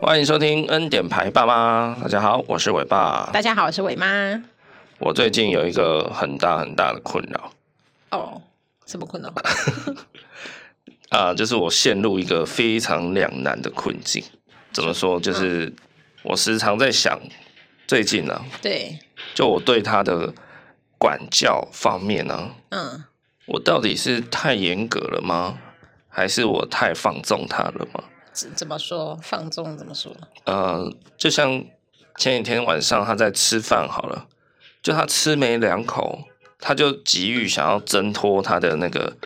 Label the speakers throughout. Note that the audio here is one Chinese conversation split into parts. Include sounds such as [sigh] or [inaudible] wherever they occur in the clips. Speaker 1: 欢迎收听《恩典牌爸妈》，大家好，我是伟爸。
Speaker 2: 大家好，我是伟妈。
Speaker 1: 我最近有一个很大很大的困扰，
Speaker 2: 哦，什么困 [laughs] 扰？
Speaker 1: 啊、就是我陷入一个非常两难的困境。怎么说？就是我时常在想，最近呢、啊，
Speaker 2: 对，
Speaker 1: 就我对他的管教方面呢、啊，
Speaker 2: 嗯，
Speaker 1: 我到底是太严格了吗？还是我太放纵他了吗？
Speaker 2: 怎怎么说？放纵怎么说？
Speaker 1: 呃，就像前几天晚上他在吃饭好了，就他吃没两口，他就急于想要挣脱他的那个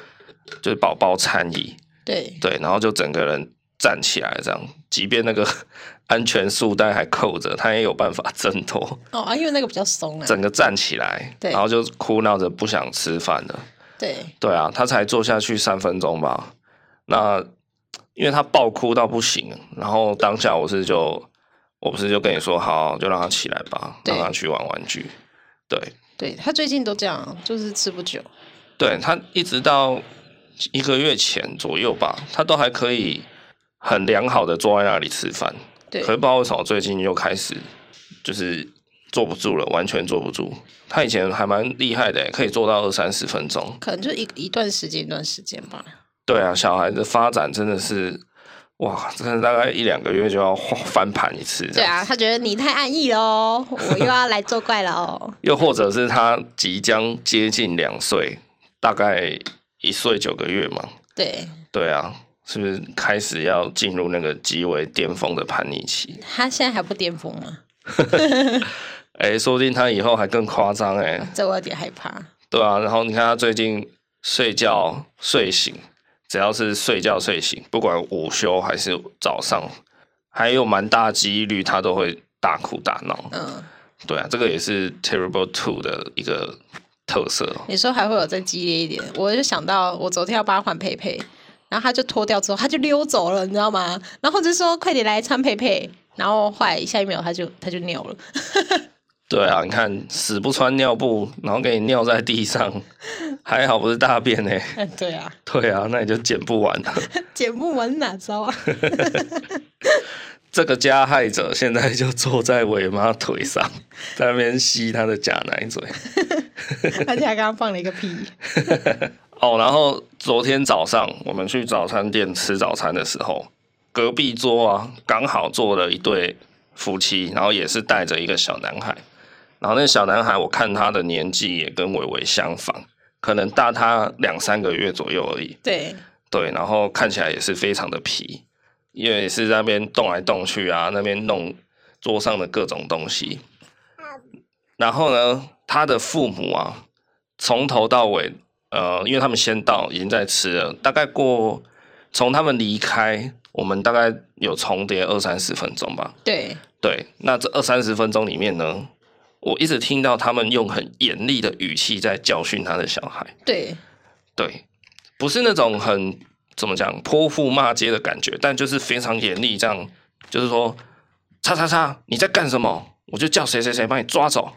Speaker 1: 就是宝宝餐椅，
Speaker 2: 对，
Speaker 1: 对，然后就整个人站起来这样，即便那个 [laughs] 安全束带还扣着，他也有办法挣脱，
Speaker 2: 哦啊，因为那个比较松啊，
Speaker 1: 整个站起来，
Speaker 2: 对
Speaker 1: 然后就哭闹着不想吃饭了。
Speaker 2: 对，
Speaker 1: 对啊，他才坐下去三分钟吧。那因为他爆哭到不行，然后当下我是就我不是就跟你说好，就让他起来吧，
Speaker 2: 对
Speaker 1: 让他去玩玩具。对，
Speaker 2: 对他最近都这样，就是吃不久。
Speaker 1: 对他一直到一个月前左右吧，他都还可以很良好的坐在那里吃饭。
Speaker 2: 对
Speaker 1: 可，是不知道为什么最近又开始就是坐不住了，完全坐不住。他以前还蛮厉害的，欸可以坐到二三十分钟。
Speaker 2: 可能就一一段时间一段时间吧。
Speaker 1: 对啊，小孩的发展真的是，哇，真的大概一两个月就要翻盘一次。
Speaker 2: 对，啊，他觉得你太安逸 [laughs] 喽，哦我又要来作怪了哦。
Speaker 1: 又或者是他即将接近两岁，大概一岁九个月嘛。
Speaker 2: 对
Speaker 1: 对啊，是不是开始要进入那个极为巅峰的叛逆期？
Speaker 2: 他现在还不巅峰吗？
Speaker 1: 哎、说不定他以后还更夸张哎。
Speaker 2: 这我有点害怕。
Speaker 1: 对啊，然后你看他最近睡觉睡醒，只要是睡觉睡醒，不管午休还是早上，还有蛮大几率他都会大哭大闹。
Speaker 2: 嗯，
Speaker 1: 对啊，这个也是 Terrible Two 的一个特色哦。
Speaker 2: 你说还会有再激烈一点？我就想到我昨天要帮他换佩佩，然后他就脱掉之后，他就溜走了，你知道吗？然后我就说快点来穿佩佩，然后后来下一秒他就他就尿了， [laughs]
Speaker 1: 对啊，你看死不穿尿布，然后给你尿在地上， [laughs] 还好不是大便呢、
Speaker 2: 对啊，
Speaker 1: 对啊，那你就捡不完 [laughs] 了。
Speaker 2: 剪不完哪招 [laughs] 啊？
Speaker 1: 这个加害者现在就坐在伟妈腿上，在那边吸她的假奶嘴。
Speaker 2: 而且还刚刚放了一个屁，
Speaker 1: 哦，然后昨天早上我们去早餐店吃早餐的时候，隔壁桌啊刚好坐了一对夫妻，然后也是带着一个小男孩，然后那小男孩我看他的年纪也跟伟伟相仿，可能大他两三个月左右而已。
Speaker 2: 对
Speaker 1: 对，然后看起来也是非常的皮，因为也是在那边动来动去啊，那边弄桌上的各种东西。然后呢，他的父母啊，从头到尾，呃，因为他们先到，已经在吃了，大概过从他们离开，我们大概有重叠二三十分钟吧。
Speaker 2: 对，
Speaker 1: 对，那这二三十分钟里面呢，我一直听到他们用很严厉的语气在教训他的小孩。
Speaker 2: 对，
Speaker 1: 对，不是那种很怎么讲泼妇骂街的感觉，但就是非常严厉，这样就是说，叉叉叉，你在干什么？我就叫谁谁谁把你抓走。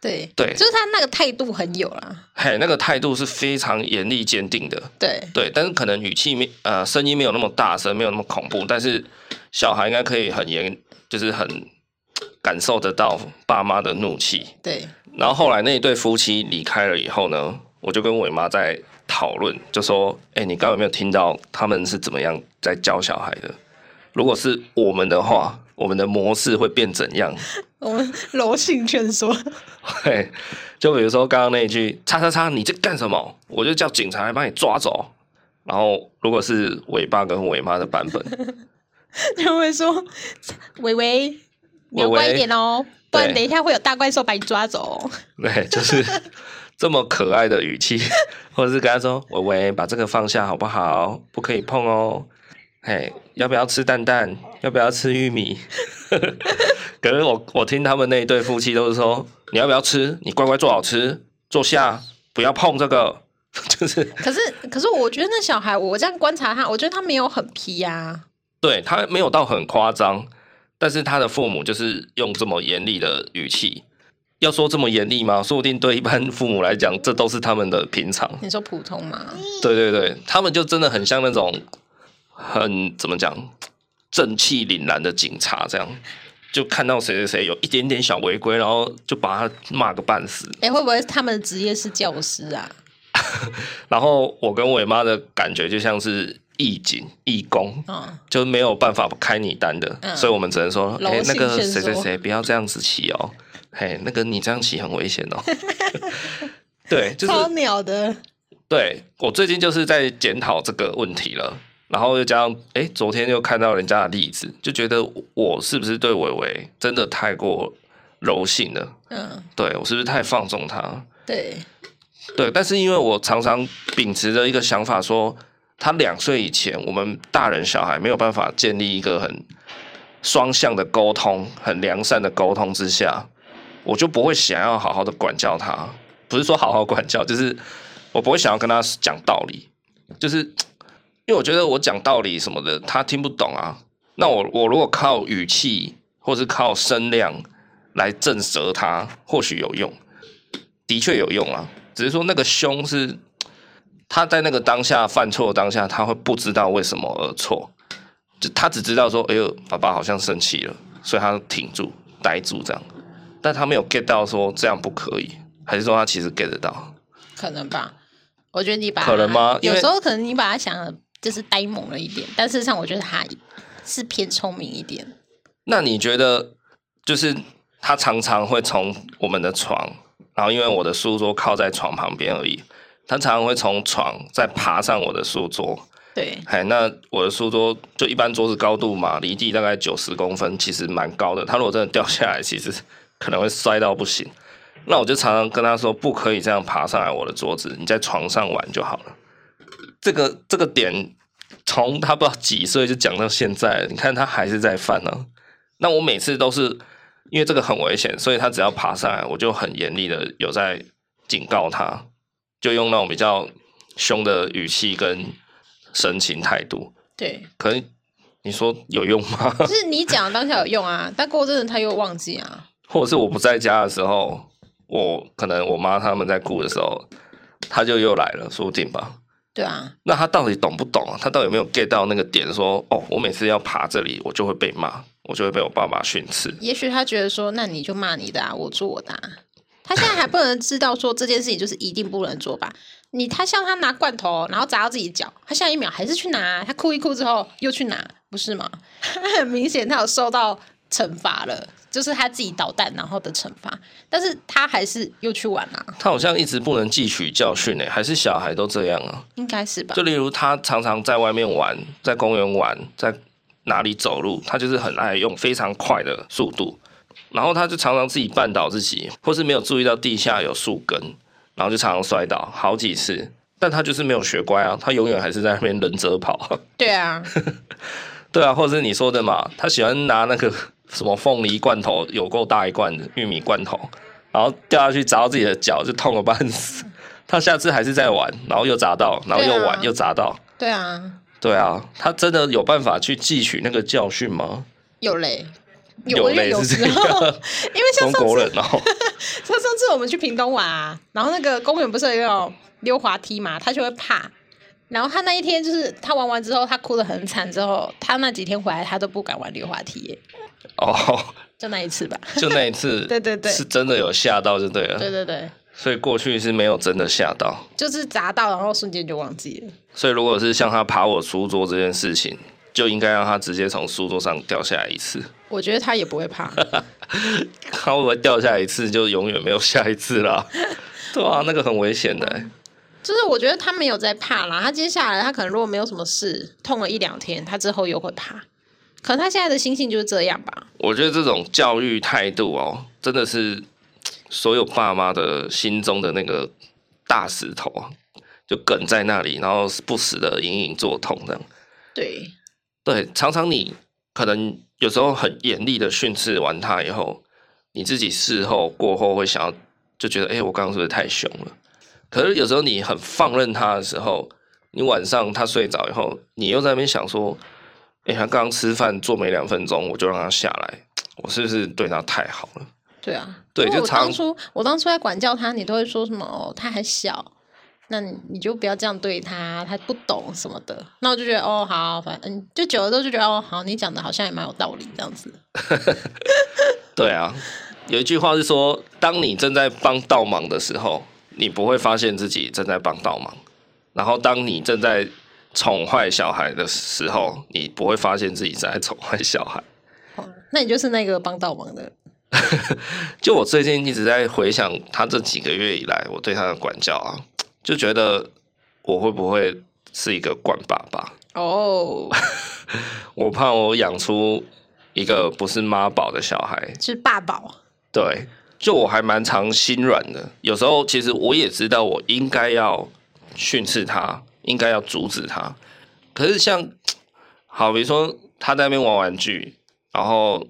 Speaker 2: 对，
Speaker 1: 对
Speaker 2: 就是他那个态度很有啦，
Speaker 1: 嘿，那个态度是非常严厉坚定的，
Speaker 2: 对
Speaker 1: 对，但是可能语气没呃声音没有那么大声，没有那么恐怖，但是小孩应该可以很严，就是很感受得到爸妈的怒气。
Speaker 2: 对
Speaker 1: 然后后来那一对夫妻离开了以后呢，我就跟伟妈在讨论，就说：“哎、你刚刚有没有听到他们是怎么样在教小孩的？如果是我们的话，我们的模式会变怎样？” [laughs]
Speaker 2: 我们柔性劝说，
Speaker 1: 嘿，就比如说刚刚那一句“叉叉叉，你在干什么？”我就叫警察来把你抓走。然后如果是伟爸跟伟妈的版本，
Speaker 2: 就会说伟伟，你要
Speaker 1: 伟伟
Speaker 2: 乖一点哦，不然
Speaker 1: 对
Speaker 2: 等一下会有大怪兽把你抓走哦。
Speaker 1: [laughs] 对，就是这么可爱的语气，或者是跟他说：“伟伟，把这个放下好不好？不可以碰哦。”嘿，要不要吃蛋蛋？要不要吃玉米？ [laughs] 可是我我听他们那一对夫妻都是说：“你要不要吃？你乖乖坐好吃，坐下，不要碰这个。”就是
Speaker 2: 可是，可是我觉得那小孩，我这样观察他，我觉得他没有很皮啊呀、
Speaker 1: 对他没有到很夸张，但是他的父母就是用这么严厉的语气，要说这么严厉吗？说不定对一般父母来讲，这都是他们的平常。
Speaker 2: 你说普通嘛？
Speaker 1: 对对对，他们就真的很像那种很怎么讲，正气凛然的警察，这样就看到谁谁谁有一点点小违规，然后就把他骂个半死。
Speaker 2: 哎、会不会他们的职业是教师啊？
Speaker 1: 然后我跟伟妈的感觉就像是义警、义工，
Speaker 2: 嗯，
Speaker 1: 就没有办法开你单的，
Speaker 2: 嗯
Speaker 1: 所以我们只能说，
Speaker 2: 柔
Speaker 1: 哎、那
Speaker 2: 性
Speaker 1: 个
Speaker 2: 劝
Speaker 1: 谁谁
Speaker 2: 说
Speaker 1: 谁不要这样子骑
Speaker 2: 嗯
Speaker 1: 哦，嘿，那个你这样骑很危
Speaker 2: [laughs]
Speaker 1: 险哦。对，就是
Speaker 2: 超鸟的，
Speaker 1: 对我最近就是在检讨这个问题了，然后又加上哎，诶昨天又看到人家的例子，就觉得我是不是对伟伟真的太过柔性了？
Speaker 2: 嗯，
Speaker 1: 对我是不是太放纵他？
Speaker 2: 对，
Speaker 1: 对，但是因为我常常秉持着一个想法说，他两岁以前，我们大人小孩没有办法建立一个很双向的沟通、很良善的沟通之下，我就不会想要好好的管教他。不是说好好管教，就是我不会想要跟他讲道理，就是因为我觉得我讲道理什么的，他听不懂啊。那我我如果靠语气或是靠声量来震慑他，或许有用。的确有用啊，只是说那个凶是他在那个当下犯错的当下，他会不知道为什么而错，就他只知道说，哎呦，爸爸好像生气了，所以他挺住、呆住这样，但他没有 get 到说这样不可以，还是说他其实 get 得到？
Speaker 2: 可能吧。我觉得你把
Speaker 1: 可能吗因
Speaker 2: 有
Speaker 1: 为
Speaker 2: 时候可能你把他想的就是呆萌了一点，但事实上我觉得他是偏聪明一点。
Speaker 1: 那你觉得，就是他常常会从我们的床，然后因为我的书桌靠在床旁边而已，他常常会从床再爬上我的书桌，
Speaker 2: 对，
Speaker 1: 哎，那我的书桌就一般桌子高度嘛，离地大概九十公分，其实蛮高的。它如果真的掉下来，其实可能会摔到不行。那我就常常跟他说，不可以这样爬上来我的桌子，你在床上玩就好了。这个这个点，从他不知道几岁就讲到现在了，你看他还是在犯呢、那我每次都是因为这个很危险，所以他只要爬上来，我就很严厉的有在警告他，就用那种比较凶的语气跟神情态度。
Speaker 2: 对，
Speaker 1: 可是你说有用吗？ [laughs]
Speaker 2: 就是你讲的当下有用啊，但过阵子他又忘记啊。
Speaker 1: 或者是我不在家的时候，我可能我妈他们在顾的时候，他就又来了，说不定吧。
Speaker 2: 对啊，
Speaker 1: 那他到底懂不懂啊？他到底有没有 get 到那个点说哦，我每次要爬这里，我就会被骂，我就会被我爸爸训斥。
Speaker 2: 也许他觉得说，那你就骂你的啊，我做我的、啊。他现在还不能知道说这件事情就是一定不能做吧？你他像他拿罐头，然后砸到自己脚，他下一秒还是去拿，他哭一哭之后又去拿，不是吗？ [laughs] 很明显他有受到惩罚了，就是他自己捣蛋然后的惩罚，但是他还是又去玩啊，
Speaker 1: 他好像一直不能汲取教训呢、欸还是小孩都这样啊？
Speaker 2: 应该是吧
Speaker 1: 就？例如他常常在外面玩，在公园玩，在哪里走路，他就是很爱用非常快的速度，然后他就常常自己绊倒自己，或是没有注意到地下有树根，然后就常常摔倒好几次。但他就是没有学乖啊，他永远还是在那边忍者跑。 [laughs]
Speaker 2: 对啊，
Speaker 1: 对啊，或者是你说的嘛，他喜欢拿那个什么凤梨罐头，有够大一罐的玉米罐头，然后掉下去砸到自己的脚，就痛个半死。他下次还是在玩，然后又砸到，然后又玩、
Speaker 2: 对啊
Speaker 1: 又砸到，
Speaker 2: 对啊，
Speaker 1: 对啊，他真的有办法去汲取那个教训吗？
Speaker 2: 有嘞，
Speaker 1: 有
Speaker 2: 我觉得
Speaker 1: 嘞
Speaker 2: 有
Speaker 1: 是
Speaker 2: 时
Speaker 1: 这
Speaker 2: 候，
Speaker 1: 个
Speaker 2: 因为 [laughs]
Speaker 1: 中
Speaker 2: 像上
Speaker 1: 国
Speaker 2: 次
Speaker 1: 人哦，
Speaker 2: 像上次我们去屏东玩、啊，然后那个公园不是有那种溜滑梯嘛，他就会怕。然后他那一天就是他玩完之后，他哭得很惨，之后他那几天回来他都不敢玩溜滑梯耶，
Speaker 1: 哦，
Speaker 2: 就那一次吧。
Speaker 1: 就那一次，
Speaker 2: [laughs] 对对对
Speaker 1: 是真的有吓到就对了。
Speaker 2: 对对对，
Speaker 1: 所以过去是没有真的吓到。
Speaker 2: 就是砸到，然后瞬间就忘记了。
Speaker 1: 所以如果是像他爬我书桌这件事情，就应该让他直接从书桌上掉下来一次。 [laughs]
Speaker 2: 我觉得他也不会怕，
Speaker 1: 他会不会掉下来一次就永远没有下一次
Speaker 2: [laughs]
Speaker 1: 啦？对啊，那个很危险的欸、
Speaker 2: 就是我觉得他没有在怕啦。他接下来他可能如果没有什么事，痛了一两天，他之后又会怕。可能他现在的心性就是这样吧。
Speaker 1: 我觉得这种教育态度哦，真的是所有爸妈的心中的那个大石头啊，就梗在那里，然后不时的隐隐作痛这样。
Speaker 2: 对，
Speaker 1: 对，常常你可能有时候很严厉的训斥完他以后，你自己事后过后会想要，就觉得哎、诶我刚刚是不是太凶了？可是有时候你很放任他的时候，你晚上他睡着以后，你又在那边想说，哎、他刚刚吃饭坐没两分钟，我就让他下来，我是不是对他太好了？
Speaker 2: 对啊，
Speaker 1: 对
Speaker 2: 因为
Speaker 1: 就
Speaker 2: 我
Speaker 1: 常
Speaker 2: 当初我当初在管教他，你都会说什么哦，他还小，那你你就不要这样对他，他不懂什么的。那我就觉得哦，好，反正就久了之后就觉得哦，好，你讲的好像也蛮有道理这样子。
Speaker 1: 对啊，有一句话是说，当你正在帮倒忙的时候，你不会发现自己正在帮倒忙；然后当你正在宠坏小孩的时候，你不会发现自己正在宠坏小孩。
Speaker 2: 哦那你就是那个帮倒忙的，
Speaker 1: 就我最近一直在回想他这几个月以来我对他的管教啊，就觉得我会不会是一个惯爸爸？
Speaker 2: 哦，
Speaker 1: 我怕我养出一个不是妈宝的小孩，
Speaker 2: 是爸宝，
Speaker 1: 对，就我还蛮常心软的。有时候其实我也知道我应该要训斥他，应该要阻止他。可是像好，比如说他在那边玩玩具，然后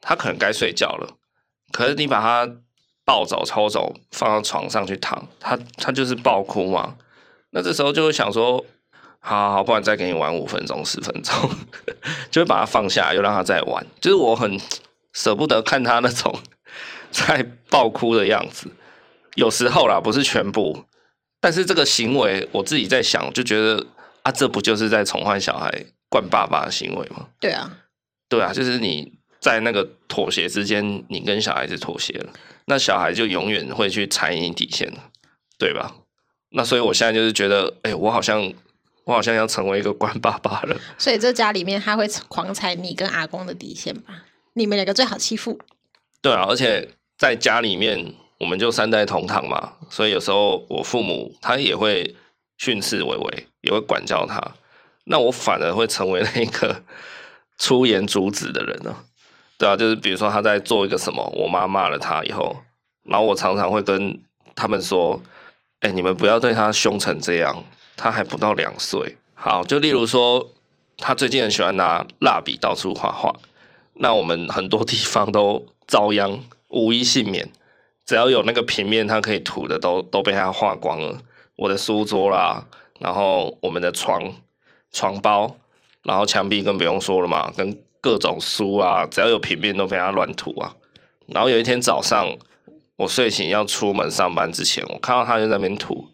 Speaker 1: 他可能该睡觉了，可是你把他抱走、抽走，放到床上去躺，他他就是暴哭嘛。那这时候就会想说，好好好，不然再给你玩五分钟、十分钟，就会把他放下，又让他再玩。就是我很舍不得看他那种 [laughs] 在爆哭的样子，有时候啦，不是全部。但是这个行为，我自己在想，就觉得啊，这不就是在宠坏小孩、惯爸爸的行为吗？
Speaker 2: 对啊，
Speaker 1: 对啊，就是你在那个妥协之间，你跟小孩子妥协了，那小孩就永远会去踩你底线了，对吧？那所以我现在就是觉得，哎、我好像我好像要成为一个惯爸爸了。
Speaker 2: 所以这家里面他会狂踩你跟阿公的底线吧？你们两个最好欺负，
Speaker 1: 对啊，而且在家里面，我们就三代同堂嘛，所以有时候我父母他也会训斥伟伟，也会管教他。那我反而会成为那个 [laughs] 出言阻止的人呢、对啊，就是比如说他在做一个什么，我妈骂了他以后，然后我常常会跟他们说：“哎、你们不要对他凶成这样，他还不到两岁。”好，就例如说，他最近很喜欢拿蜡笔到处画画，那我们很多地方都遭殃，无一幸免。只要有那个平面，它可以涂的都都被它画光了。我的书桌啦，然后我们的床、床包，然后墙壁更不用说了嘛，跟各种书啊，只要有平面都被它乱涂啊。然后有一天早上，我睡醒要出门上班之前，我看到他就在那边涂。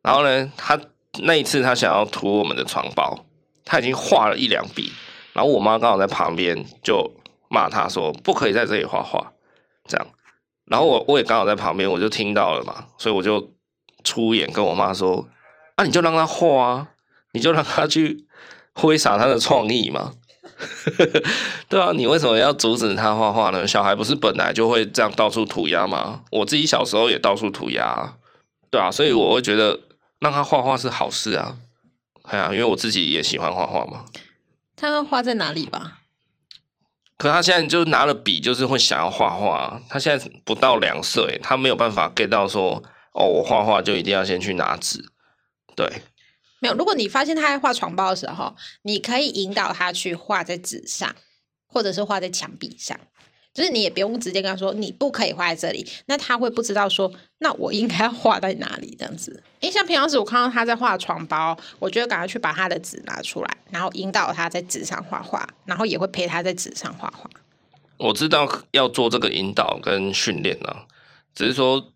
Speaker 1: 然后呢，他那一次他想要涂我们的床包，他已经画了一两笔，然后我妈刚好在旁边就骂他说不可以在这里画画，这样。然后我我也刚好在旁边，我就听到了嘛，所以我就出演跟我妈说：“啊，你就让他画啊，你就让他去挥洒他的创意嘛。” [laughs] 对啊，你为什么要阻止他画画呢？小孩不是本来就会这样到处涂鸦吗？我自己小时候也到处涂鸦、啊，对啊，所以我会觉得让他画画是好事啊。哎呀、因为我自己也喜欢画画嘛。
Speaker 2: 他画在哪里吧？
Speaker 1: 可他现在就拿了笔，就是会想要画画。他现在不到两岁，他没有办法 get 到说，哦，我画画就一定要先去拿纸。对，
Speaker 2: 没有，如果你发现他在画床包的时候，你可以引导他去画在纸上，或者是画在墙壁上。就是你也不用直接跟他说你不可以画在这里，那他会不知道说那我应该要画在哪里这样子。因为像平常时我看到他在画床包，我就会赶快去把他的纸拿出来，然后引导他在纸上画画，然后也会陪他在纸上画 [laughs] 画。
Speaker 1: 我知道要做这个引导跟训练啊，只是说，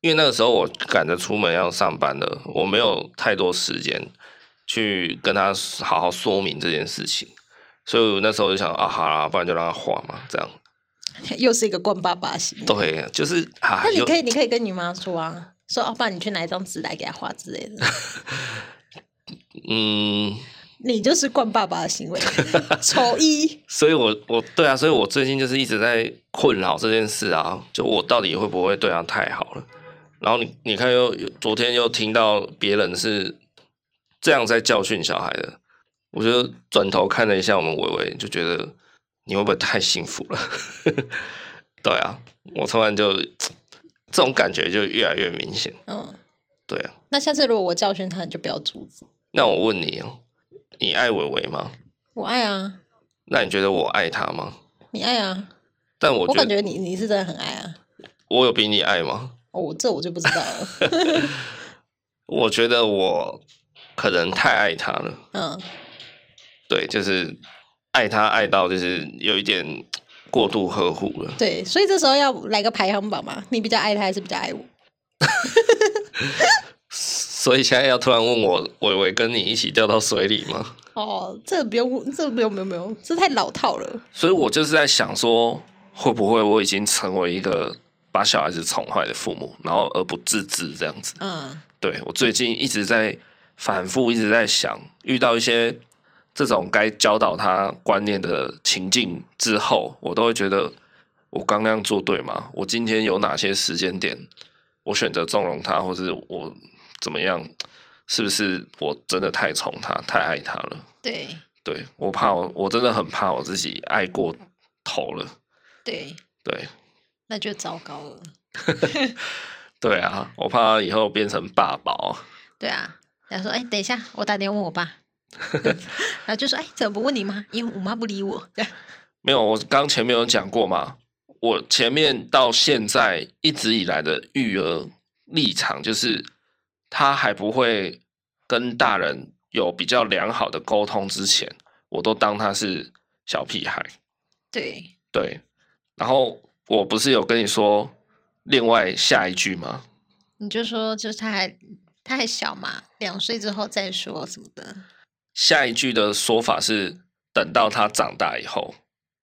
Speaker 1: 因为那个时候我赶着出门要上班了，我没有太多时间去跟他好好说明这件事情，所以我那时候就想
Speaker 2: [laughs]
Speaker 1: 啊，好啦，不然就让他画嘛，这样。
Speaker 2: 又是一个惯爸爸型。
Speaker 1: 对，就是啊，
Speaker 2: 那你
Speaker 1: 有
Speaker 2: 可以，你可以跟你妈说啊，说哦，爸，你去拿一张纸来给他画之类的。 [laughs]
Speaker 1: 嗯。
Speaker 2: 你就是惯爸爸的行为，丑一。
Speaker 1: 所以我我对啊，所以我最近就是一直在困扰这件事啊，就我到底会不会对他太好了？然后你你看又又昨天又听到别人是这样在教训小孩的，我就转头看了一下我们伟伟，就觉得你会不会太幸福了？ [laughs] 对啊，我突然就这种感觉就越来越明显。
Speaker 2: 嗯，
Speaker 1: 对啊，
Speaker 2: 那下次如果我教训他，你就不要阻止。
Speaker 1: 那我问你哦，你爱伟伟吗？
Speaker 2: 我爱啊，
Speaker 1: 那你觉得我爱他吗？
Speaker 2: 你爱啊，
Speaker 1: 但我
Speaker 2: 我
Speaker 1: 觉
Speaker 2: 感
Speaker 1: 得
Speaker 2: 觉你你是真的很爱啊。
Speaker 1: 我有比你爱吗？
Speaker 2: 哦，我这我就不知道了。
Speaker 1: 我觉得我可能太爱他了，
Speaker 2: 嗯，
Speaker 1: 对，就是爱他爱到就是有一点过度呵护了。
Speaker 2: 对，所以这时候要来个排行榜嘛，你比较爱他还是比较爱我？
Speaker 1: 所以现在要突然问我，伟伟跟你一起掉到水里吗？
Speaker 2: 哦，这个不用，这个不用，不用，不用，这太老套了。
Speaker 1: 所以我就是在想说，会不会我已经成为一个把小孩子宠坏的父母，然后而不自知这样子？
Speaker 2: 嗯，
Speaker 1: 对我最近一直在反复，一直在想，遇到一些这种该教导他观念的情境之后，我都会觉得我刚那样做对吗？我今天有哪些时间点，我选择纵容他，或是我怎么样？是不是我真的太宠他，太爱他了？
Speaker 2: 对
Speaker 1: 对我怕我，我真的很怕我自己爱过头了。
Speaker 2: 对，
Speaker 1: 对
Speaker 2: 那就糟糕了。
Speaker 1: 对啊，我怕以后变成爸宝。
Speaker 2: 对啊，他说：“哎、等一下，我打电话问我 [laughs] 爸。”然后就说：“哎、怎么不问你妈？因为我妈不理我。 [laughs] 这样
Speaker 1: 没有，我刚前面有讲过嘛，我前面到现在一直以来的育儿立场就是，他还不会跟大人有比较良好的沟通之前，我都当他是小屁孩。”
Speaker 2: 对
Speaker 1: 对，然后我不是有跟你说另外下一句吗？
Speaker 2: 你就说，就是他还他还小嘛，两岁之后再说什么的。
Speaker 1: 下一句的说法是，等到他长大以后，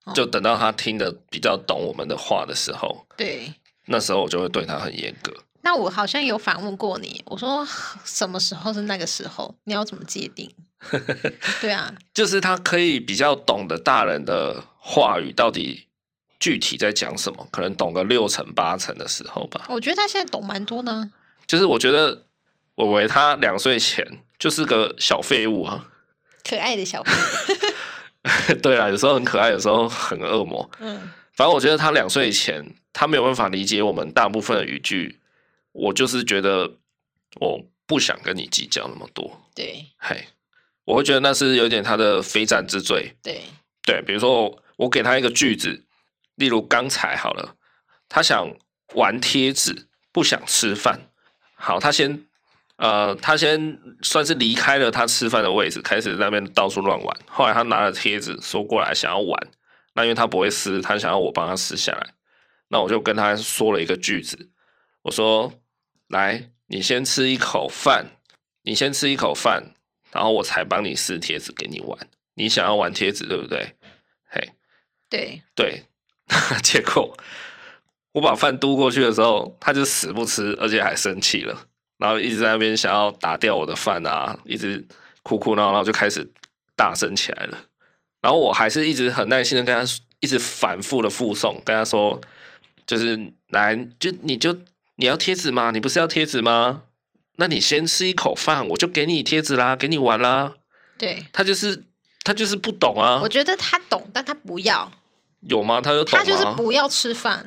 Speaker 2: 哦
Speaker 1: 就等到他听得比较懂我们的话的时候，
Speaker 2: 对，
Speaker 1: 那时候我就会对他很严格。
Speaker 2: 那我好像有反问过你，我说什么时候是那个时候，你要怎么界 [laughs] 定？对啊，
Speaker 1: 就是他可以比较懂得大人的话语到底具体在讲什么，可能懂个六成八成的时候吧。
Speaker 2: 我觉得他现在懂蛮多啊呢。
Speaker 1: 就是我觉得伟伟他两岁前就是个小废物啊， [laughs]
Speaker 2: 可爱的小朋友，
Speaker 1: 对啊，有时候很可爱，有时候很恶魔。
Speaker 2: 嗯，
Speaker 1: 反正我觉得他两岁前他没有办法理解我们大部分的语句，我就是觉得我不想跟你计较那么多，
Speaker 2: 对
Speaker 1: 嘿，我会觉得那是有点他的非战之罪。
Speaker 2: 对，
Speaker 1: 对，比如说我我给他一个句子，例如刚才好了，他想玩贴纸，不想吃饭。好，他先呃，他先算是离开了他吃饭的位置，开始在那边到处乱玩。后来他拿了贴纸说过来想要玩，那因为他不会撕，他想要我帮他撕下来。那我就跟他说了一个句子，我说：“来，你先吃一口饭，你先吃一口饭，然后我才帮你撕贴纸给你玩。你想要玩贴纸，对不对？嘿，
Speaker 2: 对，
Speaker 1: 对。 [laughs] 结果我把饭嘟过去的时候，他就死不吃，而且还生气了，然后一直在那边想要打掉我的饭啊，一直哭哭闹闹，就开始大声起来了。然后我还是一直很耐心的跟他说，一直反复的附送，跟他说，就是来，就你就你要贴纸吗？你不是要贴纸吗？那你先吃一口饭，我就给你贴纸啦，给你玩啦。
Speaker 2: 对，
Speaker 1: 他就是他就是不懂啊
Speaker 2: 我，觉得他懂，但他不要，
Speaker 1: 有吗？他就懂吗？
Speaker 2: 啊他就是不要吃饭，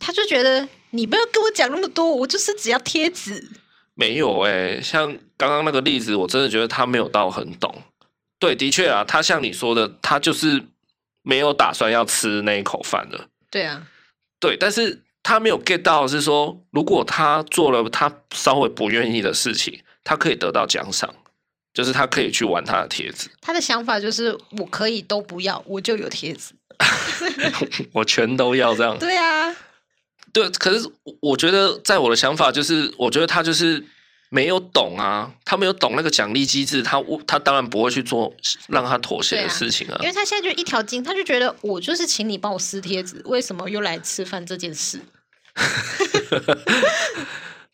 Speaker 2: 他就觉得你不要跟我讲那么多，我就是只要贴纸。
Speaker 1: 没有哎、像刚刚那个例子，我真的觉得他没有到很懂。对，的确啊，他像你说的，他就是没有打算要吃那一口饭的。
Speaker 2: 对啊，
Speaker 1: 对，但是他没有 get 到的是说，如果他做了他稍微不愿意的事情，他可以得到奖赏，就是他可以去玩他的贴纸。
Speaker 2: 他的想法就是我可以都不要，我就有贴纸。
Speaker 1: 我全都要这样。
Speaker 2: 对啊，
Speaker 1: 对，可是我我觉得，在我的想法就是，我觉得他就是没有懂啊，他没有懂那个奖励机制，他我他当然不会去做让他妥协
Speaker 2: 对
Speaker 1: 的
Speaker 2: 啊
Speaker 1: 事情啊
Speaker 2: 因。为他现在就一条筋，他就觉得我就是请你帮我撕贴纸，为什么又来吃饭这件事？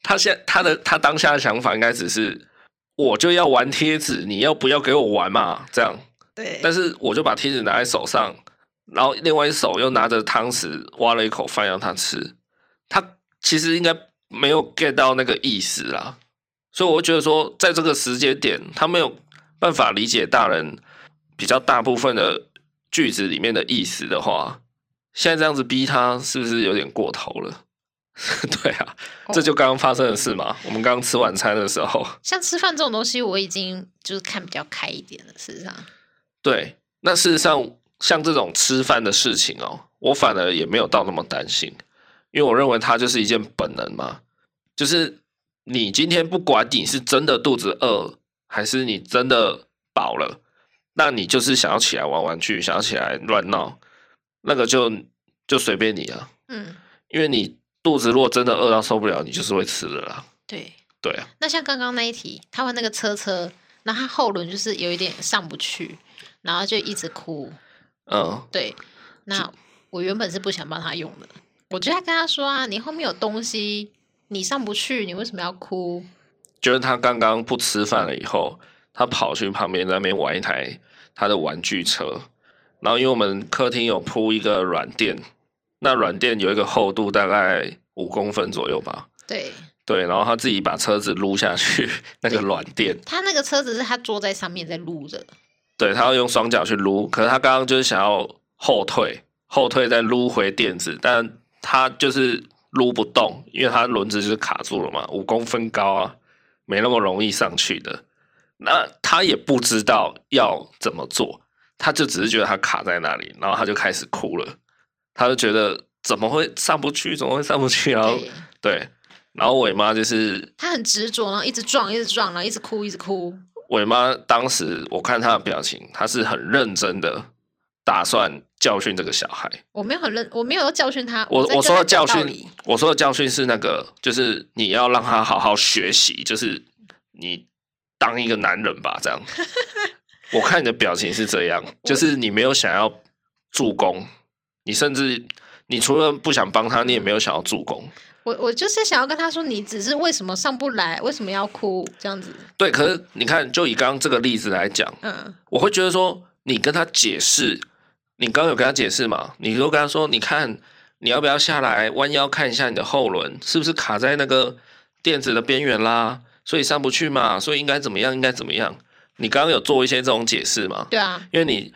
Speaker 1: 他现在他的他当下的想法应该只是，我就要玩贴纸，你要不要给我玩嘛？这样，
Speaker 2: 对
Speaker 1: 但是我就把贴纸拿在手上，然后另外一手又拿着汤匙挖了一口饭让他吃，他其实应该没有 get 到那个意思啦，所以我觉得说，在这个时间点，他没有办法理解大人比较大部分的句子里面的意思的话，现在这样子逼他是不是有点过头了？ [laughs] 对啊，这就刚刚发生的事嘛。我们刚刚吃晚餐的时候，
Speaker 2: 像吃饭这种东西，我已经就是看比较开一点了。事实上，
Speaker 1: 对，那事实上，像这种吃饭的事情哦，我反而也没有到那么担心，因为我认为它就是一件本能嘛，就是你今天不管你是真的肚子饿，还是你真的饱了，那你就是想要起来玩玩具，想要起来乱闹，那个就就随便你啊，
Speaker 2: 嗯，
Speaker 1: 因为你肚子如果真的饿到受不了，你就是会吃的啦。
Speaker 2: 对，
Speaker 1: 对啊，
Speaker 2: 那像刚刚那一题，他玩那个车车，然后他后轮就是有一点上不去，然后就一直哭。
Speaker 1: 嗯，
Speaker 2: 对，那我原本是不想帮他用的，我就在跟他说啊，你后面有东西，你上不去，你为什么要哭？
Speaker 1: 就是他刚刚不吃饭了以后，他跑去旁边那边玩一台他的玩具车，然后因为我们客厅有铺一个软垫，那软垫有一个厚度大概五公分左右吧，
Speaker 2: 对
Speaker 1: 对，然后他自己把车子撸下去那个软垫，
Speaker 2: 他那个车子是他坐在上面在录的，
Speaker 1: 对他要用双脚去撸，可是他刚刚就是想要后退，后退再撸回垫子，但他就是撸不动，因为他轮子就是卡住了嘛，五公分高啊，没那么容易上去的。那他也不知道要怎么做，他就只是觉得他卡在那里，然后他就开始哭了，他就觉得怎么会上不去，怎么会上不去，然后
Speaker 2: 对，
Speaker 1: 对，然后伟妈就是
Speaker 2: 他很执着，然后一直撞，一直撞，然后一直哭，一直哭。
Speaker 1: 伟妈当时我看她的表情，她是很认真的，打算教训这个小孩。
Speaker 2: 我没有很认，我没有要教训他。
Speaker 1: 我
Speaker 2: 在
Speaker 1: 我
Speaker 2: 跟
Speaker 1: 说
Speaker 2: 他
Speaker 1: 的教
Speaker 2: 讲道
Speaker 1: 训
Speaker 2: 理，
Speaker 1: 我说的教训是那个，就是你要让他好好学习，就是你当一个男人吧，
Speaker 2: [laughs]
Speaker 1: 这样。我看你的表情是这样，就是你没有想要助攻，你甚至你除了不想帮他，你也没有想要助攻。
Speaker 2: 我我就是想要跟他说，你只是为什么上不来，为什么要哭这样子？
Speaker 1: 对，可是你看，就以刚刚这个例子来讲，
Speaker 2: 嗯，
Speaker 1: 我会觉得说，你跟他解释，你刚刚有跟他解释嘛？你就跟他说，你看你要不要下来弯腰看一下你的后轮是不是卡在那个垫子的边缘啦，所以上不去嘛，所以应该怎么样，应该怎么样？你刚刚有做一些这种解释嘛？
Speaker 2: 对啊，
Speaker 1: 因为你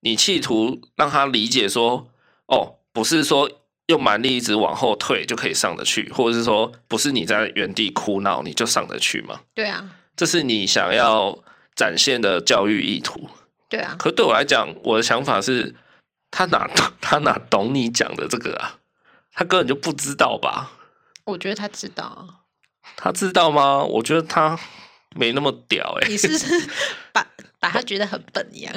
Speaker 1: 你企图让他理解说，哦，不是说用蛮力一直往后退就可以上得去，或者是说不是你在原地哭闹你就上得去嘛？
Speaker 2: 对啊，
Speaker 1: 这是你想要展现的教育意图。
Speaker 2: 对啊，
Speaker 1: 可对我来讲，我的想法是，他哪他哪懂你讲的这个啊？他根本就不知道吧？
Speaker 2: 我觉得他知道啊。
Speaker 1: 他知道吗？我觉得他没那么屌哎、
Speaker 2: 你是不
Speaker 1: [laughs]
Speaker 2: 是把把他觉得很笨一样？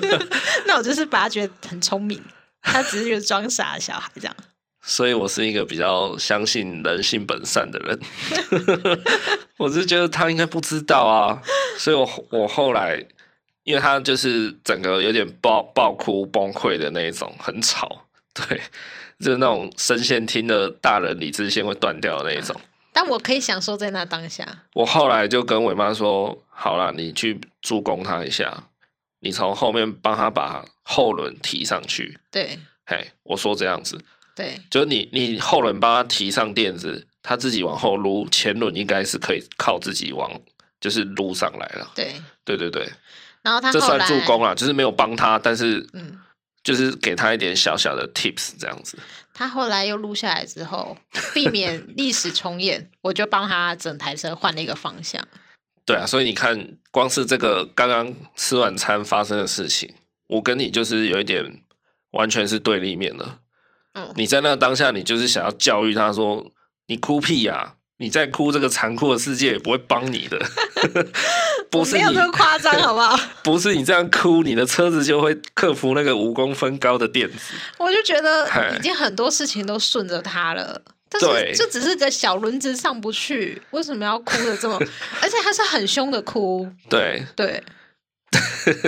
Speaker 2: [laughs] 那我就是把他觉得很聪明，他只是觉得装傻的小孩这样。
Speaker 1: 所以我是一个比较相信人性本善的人。我是觉得他应该不知道啊，所以我我后来，因为他就是整个有点爆爆哭崩溃的那一种，很吵，对，就是那种声线听的大人理智线会断掉的那一种。
Speaker 2: 但我可以享受在那当下。
Speaker 1: 我后来就跟伟妈说：“好啦，你去助攻他一下，你从后面帮他把后轮提上去。
Speaker 2: 对”
Speaker 1: 嘿，我说这样子，
Speaker 2: 对
Speaker 1: 就是你你后轮帮他提上垫子，他自己往后撸，前轮应该是可以靠自己往就是撸上来了。
Speaker 2: 对，
Speaker 1: 对对对，
Speaker 2: 然后他
Speaker 1: 这
Speaker 2: 后
Speaker 1: 算
Speaker 2: 来
Speaker 1: 助攻啦，就是没有帮他，但是
Speaker 2: 嗯，
Speaker 1: 就是给他一点小小的 tips 这样子。
Speaker 2: 他后来又录下来之后，避免历史重演，我就帮他整台车换了一个方向。
Speaker 1: 对啊，所以你看，光是这个刚刚吃晚餐发生的事情，我跟你就是有一点完全是对立面的。
Speaker 2: 嗯，
Speaker 1: 你在那个当下，你就是想要教育他说：“你哭屁呀、你在哭，这个残酷的世界也不会帮你的。 [laughs] 不
Speaker 2: 我
Speaker 1: 是
Speaker 2: 没有
Speaker 1: 你，
Speaker 2: 那么夸
Speaker 1: [laughs]
Speaker 2: 张，好不好？
Speaker 1: 不是你这样哭，你的车子就会克服那个五公分高的垫子。
Speaker 2: [laughs] 我就觉得
Speaker 1: 嗨
Speaker 2: 已经很多事情都顺着他了，但
Speaker 1: 对
Speaker 2: 是这只是个小轮子上不去，为什么要哭
Speaker 1: [laughs]
Speaker 2: 的这么？而且他是很凶的哭，”
Speaker 1: 对， [laughs]
Speaker 2: 对，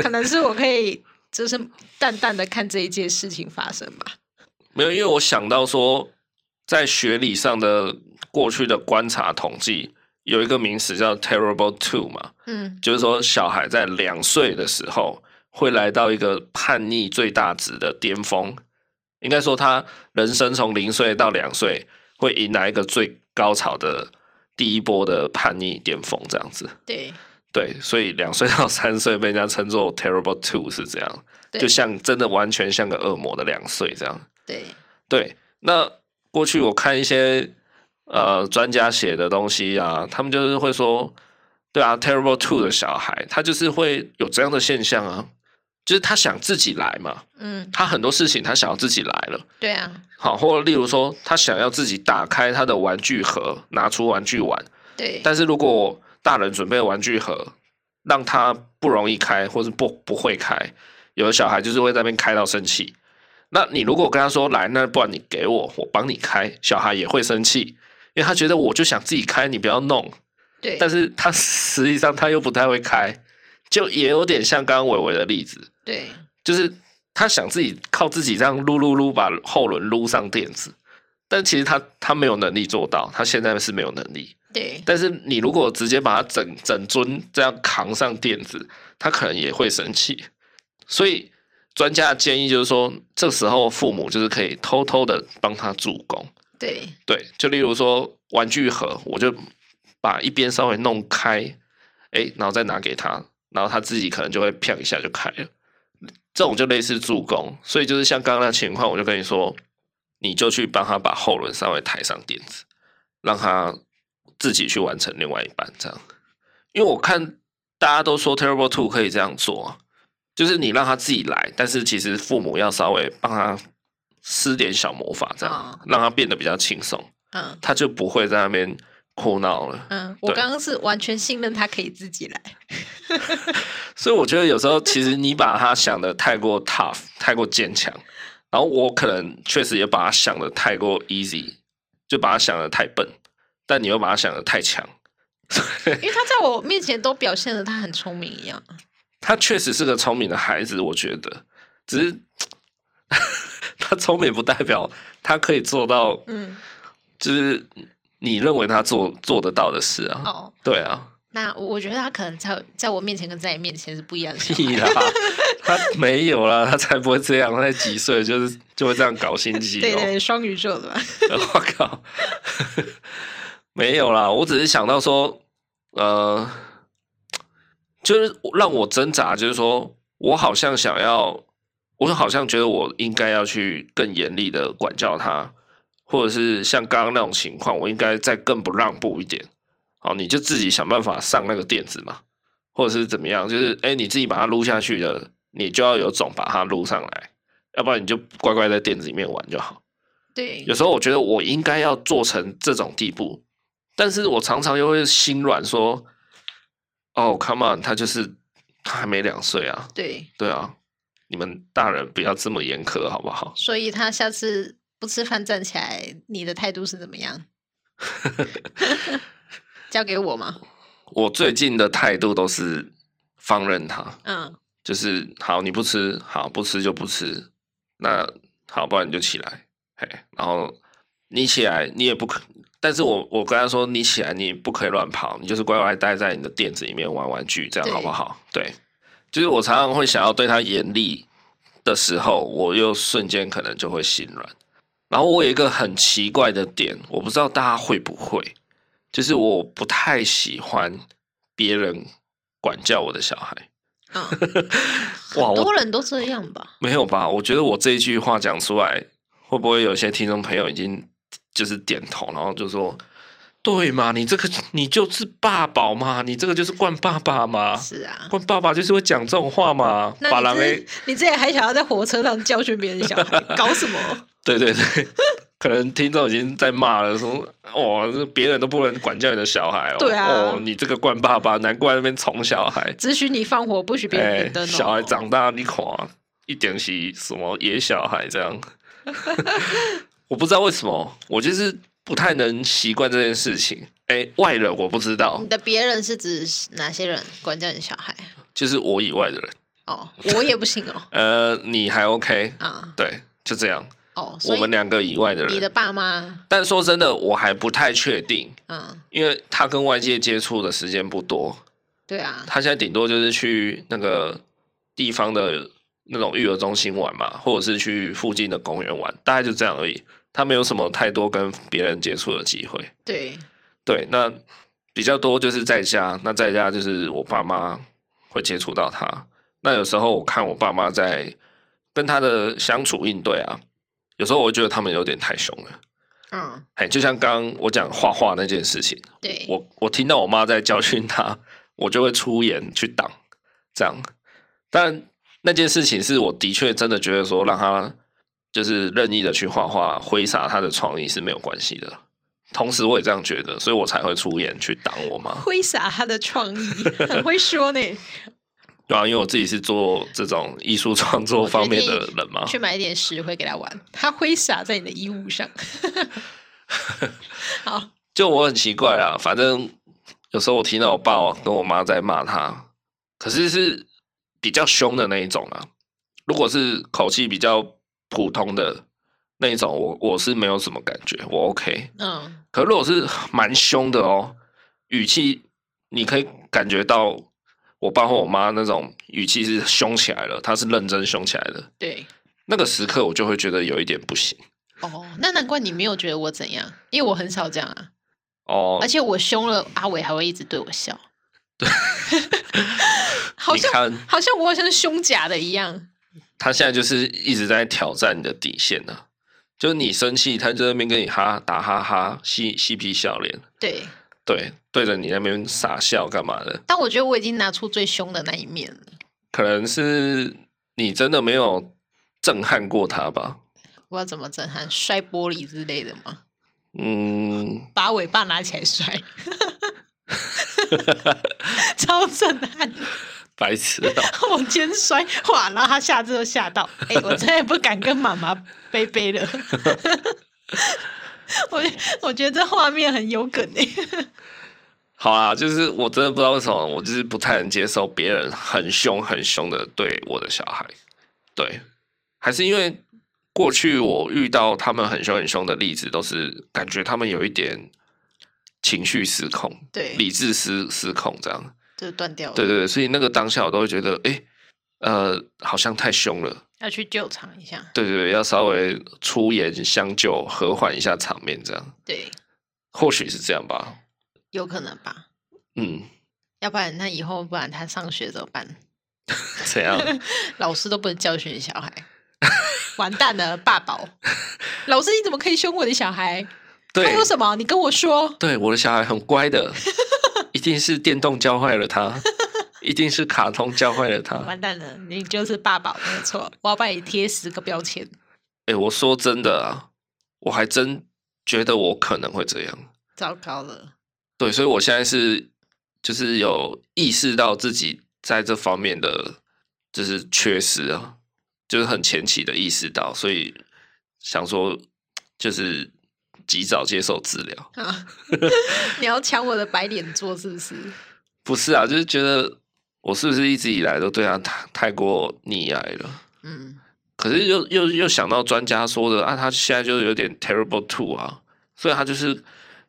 Speaker 2: 可能是我可以就是淡淡的看这一件事情发生吧。
Speaker 1: 没有，因为我想到说，在学理上的过去的观察统计，有一个名词叫 “terrible two” 嘛，
Speaker 2: 嗯，
Speaker 1: 就是说，小孩在两岁的时候会来到一个叛逆最大值的巅峰。应该说，他人生从零岁到两岁会迎来一个最高潮的第一波的叛逆巅峰，这样子。
Speaker 2: 对
Speaker 1: 对，所以两岁到三岁被人家称作 terrible two 是这样，
Speaker 2: 对
Speaker 1: 就像真的完全像个恶魔的两岁这样。
Speaker 2: 对，
Speaker 1: 对，那过去我看一些呃专家写的东西啊，他们就是会说，对啊，terrible two 的小孩，他就是会有这样的现象啊，就是他想自己来嘛，
Speaker 2: 嗯，
Speaker 1: 他很多事情他想要自己来了，
Speaker 2: 对啊，
Speaker 1: 好，或者例如说他想要自己打开他的玩具盒，拿出玩具玩，
Speaker 2: 对
Speaker 1: 但是如果大人准备玩具盒，让他不容易开，或是不不会开，有的小孩就是会在那边开到生气。那你如果跟他说来，那不然你给我，我帮你开，小孩也会生气，因为他觉得我就想自己开，你不要弄。
Speaker 2: 对，
Speaker 1: 但是他实际上他又不太会开，就也有点像刚刚伟伟的例子，
Speaker 2: 对
Speaker 1: 就是他想自己靠自己这样撸撸撸把后轮撸上垫子，但其实他他没有能力做到，他现在是没有能力。
Speaker 2: 对
Speaker 1: 但是你如果直接把他整整尊这样扛上垫子，他可能也会生气。所以专家的建议就是说，这时候父母就是可以偷偷的帮他助攻。
Speaker 2: 对
Speaker 1: 对，就例如说玩具盒，我就把一边稍微弄开，哎，然后再拿给他，然后他自己可能就会啪一下就开了。这种就类似助攻，所以就是像刚刚那情况，我就跟你说，你就去帮他把后轮稍微抬上垫子，让他自己去完成另外一半这样。因为我看大家都说 Terrible Two 可以这样做啊，就是你让他自己来，但是其实父母要稍微帮他施点小魔法，这样、
Speaker 2: 哦
Speaker 1: 让他变得比较轻松。
Speaker 2: 嗯
Speaker 1: 他就不会在那边哭闹了。
Speaker 2: 嗯，我
Speaker 1: 对
Speaker 2: 刚刚是完全信任他可以自己来，
Speaker 1: 所以我觉得有时候其实你把他想的太过 tough，太过坚强，然后我可能确实也把他想的太过 easy，就把他想的太笨，但你又把他想的太强。
Speaker 2: 因为他在我面前都表现的他很聪明一样。
Speaker 1: 他确实是个聪明的孩子，我觉得，只是 [laughs] 他聪明不代表他可以做到，
Speaker 2: 嗯，
Speaker 1: 就是你认为他做做得到的事啊。
Speaker 2: 哦，
Speaker 1: 对啊，
Speaker 2: 那我我觉得他可能在在我面前跟在你面前是不一样的想
Speaker 1: [laughs]
Speaker 2: 法。
Speaker 1: 屁
Speaker 2: [laughs]
Speaker 1: 啦，他没有啦，他才不会这样。他才几岁就是就会这样搞心机
Speaker 2: 对
Speaker 1: 哦！
Speaker 2: 对，双鱼座的吧？
Speaker 1: [laughs] 我靠，没有啦，我只是想到说，呃，就是让我挣扎，就是说我好像想要，我好像觉得我应该要去更严厉的管教他，或者是像刚刚那种情况，我应该再更不让步一点。好，你就自己想办法上那个垫子嘛，或者是怎么样，就是哎、诶你自己把它撸下去的，你就要有种把它撸上来，要不然你就乖乖在垫子里面玩就好。
Speaker 2: 对
Speaker 1: 有时候我觉得我应该要做成这种地步，但是我常常又会心软说，哦，come on，他就是他还没两岁啊，
Speaker 2: 对，
Speaker 1: 对啊，你们大人不要这么严苛好不好？
Speaker 2: 所以他下次不吃饭站起来，你的态度是怎么样？交给我吗？
Speaker 1: 我最近的态度都是放任他，
Speaker 2: 嗯，
Speaker 1: 就是好你不吃，好不吃就不吃，那好，不然你就起来，嘿，然后你起来你也不可。但是我我跟他说，你起来你不可以乱跑，你就是乖乖待在你的垫子里面玩玩具，这样
Speaker 2: 对
Speaker 1: 好不好？对，就是我常常会想要对他严厉的时候，我又瞬间可能就会心软。然后我有一个很奇怪的点，我不知道大家会不会，就是我不太喜欢别人管教我的小孩。
Speaker 2: 嗯，
Speaker 1: 哇，我
Speaker 2: 很多人都这样吧？
Speaker 1: 没有吧？我觉得我这一句话讲出来，会不会有些听众朋友已经就是点头，然后就说：“对嘛，你这个你就是爸宝嘛，你这个就是惯爸爸嘛，
Speaker 2: 是啊，
Speaker 1: 惯爸爸就是会讲这种话嘛。”
Speaker 2: 那
Speaker 1: 把狼
Speaker 2: 你
Speaker 1: 诶
Speaker 2: 这，你这还想要在火车上教训别人的小孩，搞什么？
Speaker 1: 对对对， [laughs] 可能听众已经在骂了，说：“哦，这别人都不能管教你的小孩哦，
Speaker 2: 对啊
Speaker 1: 哦，你这个惯爸爸，难怪那边宠小孩。”
Speaker 2: 只许你放火，不许别人
Speaker 1: 哎
Speaker 2: 点，灯、哦
Speaker 1: 小孩长大你看一点是什么野小孩这样， [laughs] 我不知道为什么，我就是不太能习惯这件事情。哎、外人我不知道
Speaker 2: 你，的别人是指哪些人管教你小孩？
Speaker 1: 就是我以外的人。 [laughs]
Speaker 2: 哦，我也不信哦。
Speaker 1: 呃，你还 OK？
Speaker 2: 啊，
Speaker 1: 对，就这样，
Speaker 2: 哦，
Speaker 1: 我
Speaker 2: 所
Speaker 1: 们
Speaker 2: 以
Speaker 1: 两个以外的
Speaker 2: 你
Speaker 1: 人。
Speaker 2: 的爸妈，
Speaker 1: 但说真的，我还不太确定，
Speaker 2: 嗯，
Speaker 1: 因为他跟外界接触的时间不多，
Speaker 2: 对啊，
Speaker 1: 他现在顶多就是去那个地方的那种育儿中心玩嘛，或者是去附近的公园玩，大概就这样而已。他没有什么太多跟别人接触的机会。
Speaker 2: 对，
Speaker 1: 对，那比较多就是在家，那在家就是我爸妈会接触到他。那有时候我看我爸妈在跟他的相处应对啊，有时候我会觉得他们有点太凶了。
Speaker 2: 嗯，
Speaker 1: 哎，就像刚刚我讲画画那件事情，
Speaker 2: 对，
Speaker 1: 我我听到我妈在教训他，我就会出言去挡，这样。但那件事情是我的确真的觉得说，让他就是任意的去画画，挥洒他的创意是没有关系的。同时，我也这样觉得，所以我才会出言去挡我妈，
Speaker 2: 挥洒他的创
Speaker 1: [laughs]
Speaker 2: 意，很会说呢。
Speaker 1: 对啊，因为我自己是做这种艺术创作方面的人嘛，
Speaker 2: 去买一点石灰给他玩，他挥洒在你的衣物上。好，
Speaker 1: 就我很奇怪啊，反正有时候我听到我爸跟我妈在骂他，可是是比较凶的那一种啊。如果是口气比较普通的那一种，我我是没有什么感觉，我 OK。
Speaker 2: 嗯，
Speaker 1: 可如果是蛮凶的哦，语气你可以感觉到我爸或我妈那种语气是凶起来了，他是认真凶起来的。
Speaker 2: 对。
Speaker 1: 那个时刻我就会觉得有一点不行
Speaker 2: 哦，那难怪你没有觉得我怎样，因为我很少这样啊。
Speaker 1: 哦
Speaker 2: 而。且我凶了阿伟，还会一直对我笑。 [laughs] 对，好
Speaker 1: 你
Speaker 2: 像
Speaker 1: 看
Speaker 2: 好像我好像是胸甲的一样。
Speaker 1: 他现在就是一直在挑战你的底线呢、就是你生气，他就在那边跟你哈打哈哈，嬉嬉皮笑脸，
Speaker 2: 对，
Speaker 1: 对，对着你那边傻笑干嘛的？
Speaker 2: 但我觉得我已经拿出最凶的那一面了。
Speaker 1: 可能是你真的没有震撼过他吧？
Speaker 2: 我要怎么震撼？摔玻璃之类的吗？
Speaker 1: 嗯，
Speaker 2: 把尾巴拿起来 [laughs] 摔，超震撼！
Speaker 1: 白痴哦、
Speaker 2: 我今天摔，哇！然后他下次就吓 [laughs] 到，哎、我再也不敢跟妈妈背背 [laughs] 了。我我觉得这画面很有梗哎、
Speaker 1: 好啦，就是我真的不知道为什么，我就是不太能接受别人很凶很凶的对我的小孩，对，还是因为过去我遇到他们很凶很凶的例子，都是感觉他们有一点情绪失控，
Speaker 2: 对
Speaker 1: 理智失失控这样，
Speaker 2: 就断掉了，
Speaker 1: 对对对，所以那个当下我都会觉得，诶，呃，好像太凶了，
Speaker 2: 要去救场一下。
Speaker 1: 对对对，要稍微出言相救，和缓一下场面，这样
Speaker 2: 对，
Speaker 1: 或许是这样吧，
Speaker 2: 有可能吧，
Speaker 1: 嗯，
Speaker 2: 要不然那以后不然他上学怎么办？
Speaker 1: 怎样？
Speaker 2: 老师都不能教训小孩， [laughs] 完蛋了，爸宝！老师你怎么可以凶我的小孩？他
Speaker 1: 对
Speaker 2: 说。什么？你跟我说。
Speaker 1: 对，我的小孩很乖的，一定是电动教坏了他，一定是卡通教坏了他。
Speaker 2: [laughs]
Speaker 1: 哎、
Speaker 2: 完蛋了，你就是爸宝，没有错。我要帮你贴十个标签，
Speaker 1: 我说真的啊，我还真觉得我可能会这样。
Speaker 2: 糟糕了。
Speaker 1: 对，所以我现在是就是有意识到自己在这方面的就是缺失啊，就是很前期的意识到，所以想说就是及早接受治疗。
Speaker 2: 啊！你要抢我的白脸做是不是？
Speaker 1: 不是啊，就是觉得我是不是一直以来都对他太太过溺爱了。
Speaker 2: 嗯，
Speaker 1: 可是又又又想到专家说的啊，他现在就是有点 terrible two 啊，所以他就是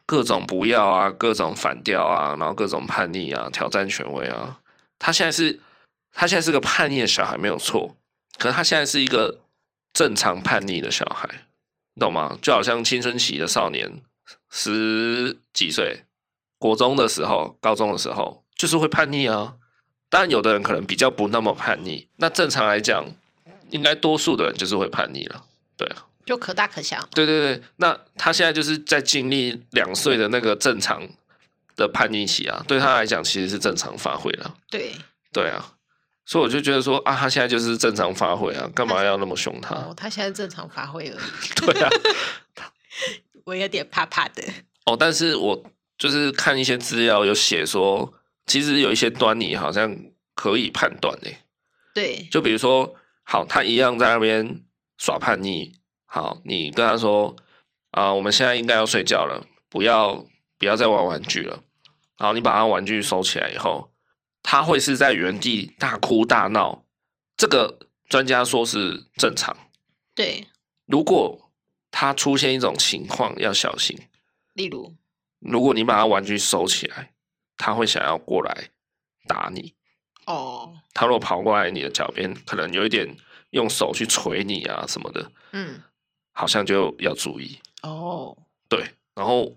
Speaker 1: 各种不要啊，各种反调啊，然后各种叛逆啊，挑战权威啊。他现在是，他现在是个叛逆的小孩没有错，可是他现在是一个正常叛逆的小孩，你懂吗？就好像青春期的少年，十几岁，国中的时候、高中的时候，就是会叛逆啊。当然，有的人可能比较不那么叛逆，那正常来讲，应该多数的人就是会叛逆了。对啊，
Speaker 2: 就可大可小嘛。
Speaker 1: 对对对，那他现在就是在经历两岁的那个正常的叛逆期啊，对他来讲其实是正常发挥了。
Speaker 2: 对，
Speaker 1: 对啊，所以我就觉得说啊，他现在就是正常发挥啊，干嘛要那么凶他 [laughs]
Speaker 2: 哦，？他现在正常发挥而已，
Speaker 1: 对啊，
Speaker 2: 我有点怕怕的。
Speaker 1: 哦，但是我就是看一些资料有写说，其实有一些端倪好像可以判断欸诶、
Speaker 2: 对，
Speaker 1: 就比如说，好，他一样在那边耍叛逆。好，你跟他说啊、我们现在应该要睡觉了，不要不要再玩玩具了。好，你把他玩具收起来以后，他会是在原地大哭大闹。这个专家说是正常。
Speaker 2: 对，
Speaker 1: 如果他出现一种情况，要小心。
Speaker 2: 例如，
Speaker 1: 如果你把他玩具收起来，他会想要过来打你。
Speaker 2: 哦，
Speaker 1: 他如果跑过来你的脚边，可能有一点用手去捶你啊什么的，
Speaker 2: 嗯，
Speaker 1: 好像就要注意。
Speaker 2: 哦，
Speaker 1: 对，然后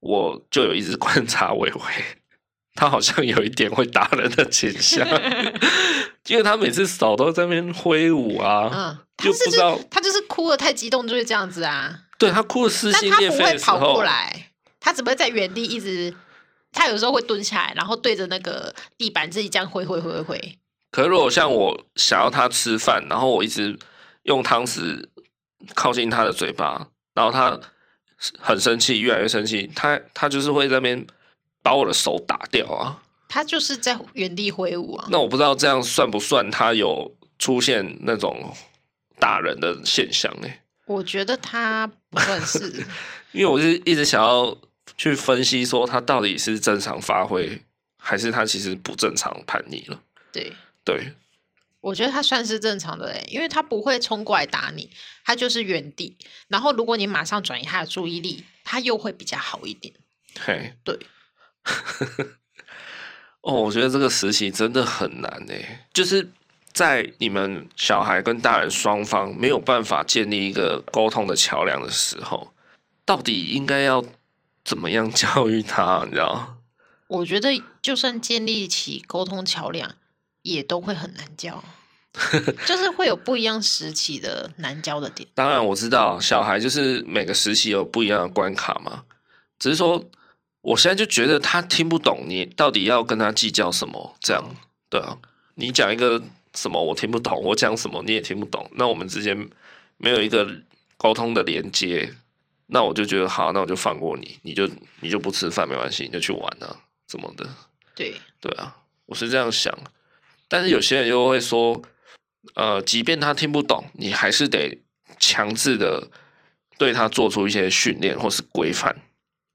Speaker 1: 我就有一直观察伟伟，他好像有一点会打人的倾
Speaker 2: [laughs]
Speaker 1: 向，因为他每次手都在那边挥舞啊，
Speaker 2: 嗯，
Speaker 1: 就
Speaker 2: 他
Speaker 1: 不
Speaker 2: 是
Speaker 1: 知道
Speaker 2: 就他就是哭的太激动就会这样子啊，
Speaker 1: 对他哭的撕
Speaker 2: 但
Speaker 1: 心
Speaker 2: 他
Speaker 1: 裂
Speaker 2: 不
Speaker 1: 肺
Speaker 2: 会
Speaker 1: 的时
Speaker 2: 跑过
Speaker 1: 候，
Speaker 2: 来，他只会在原地一直，他有时候会蹲下来，然后对着那个地板自己这样挥挥挥挥挥，
Speaker 1: 可是如果像我想要他吃饭，然后我一直用汤匙靠近他的嘴巴，然后他很生气，越来越生气，他他就是会在那边把我的手打掉啊。
Speaker 2: 他就是在原地挥舞啊，
Speaker 1: 那我不知道这样算不算他有出现那种打人的现象呢、
Speaker 2: 我觉得他不算是
Speaker 1: 因为我是一直想要去分析说他到底是正常发挥，还是他其实不正常叛逆了。
Speaker 2: 对，
Speaker 1: 对，
Speaker 2: 我觉得他算是正常的嘞，因为他不会冲过来打你，他就是原地。然后如果你马上转移他的注意力，他又会比较好一点。
Speaker 1: 嘿，
Speaker 2: 对，
Speaker 1: [laughs] 哦，我觉得这个实习真的很难诶、就是在你们小孩跟大人双方没有办法建立一个沟通的桥梁的时候，到底应该要怎么样教育他？你知道吗？
Speaker 2: 我觉得就算建立起沟通桥梁，也都会很难
Speaker 1: [laughs]
Speaker 2: 教，就是会有不一样时期的难教的点。
Speaker 1: 当然我知道，小孩就是每个时期有不一样的关卡嘛。只是说，我现在就觉得他听不懂你到底要跟他计较什么，这样对啊。你讲一个什么我听不懂，我讲什么你也听不懂，那我们之间没有一个沟通的连接，那我就觉得好，那我就放过你，你就你就不吃饭没关系，你就去玩啊，怎么的？
Speaker 2: 对，
Speaker 1: 对啊，我是这样想。但是有些人又会说，呃，即便他听不懂，你还是得强制的对他做出一些训练或是规范。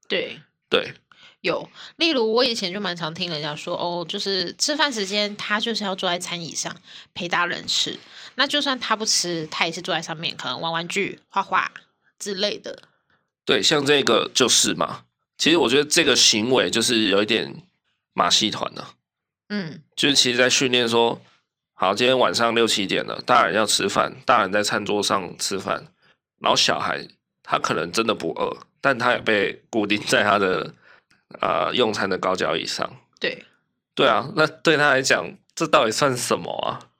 Speaker 2: 对，
Speaker 1: 对，
Speaker 2: 有，例如我以前就蛮常听人家说，哦，就是吃饭时间他就是要坐在餐椅上陪大人吃，那就算他不吃，他也是坐在上面，可能玩玩具、画画之类的。
Speaker 1: 对，像这个就是嘛。其实我觉得这个行为就是有一点马戏团了、
Speaker 2: 嗯，
Speaker 1: 就是其实在训练说，好，今天晚上六七点了，大人要吃饭，大人在餐桌上吃饭，然后小孩他可能真的不饿，但他也被固定在他的呃用餐的高脚椅上。
Speaker 2: 对，
Speaker 1: 对啊，那对他来讲，这到底算什么啊？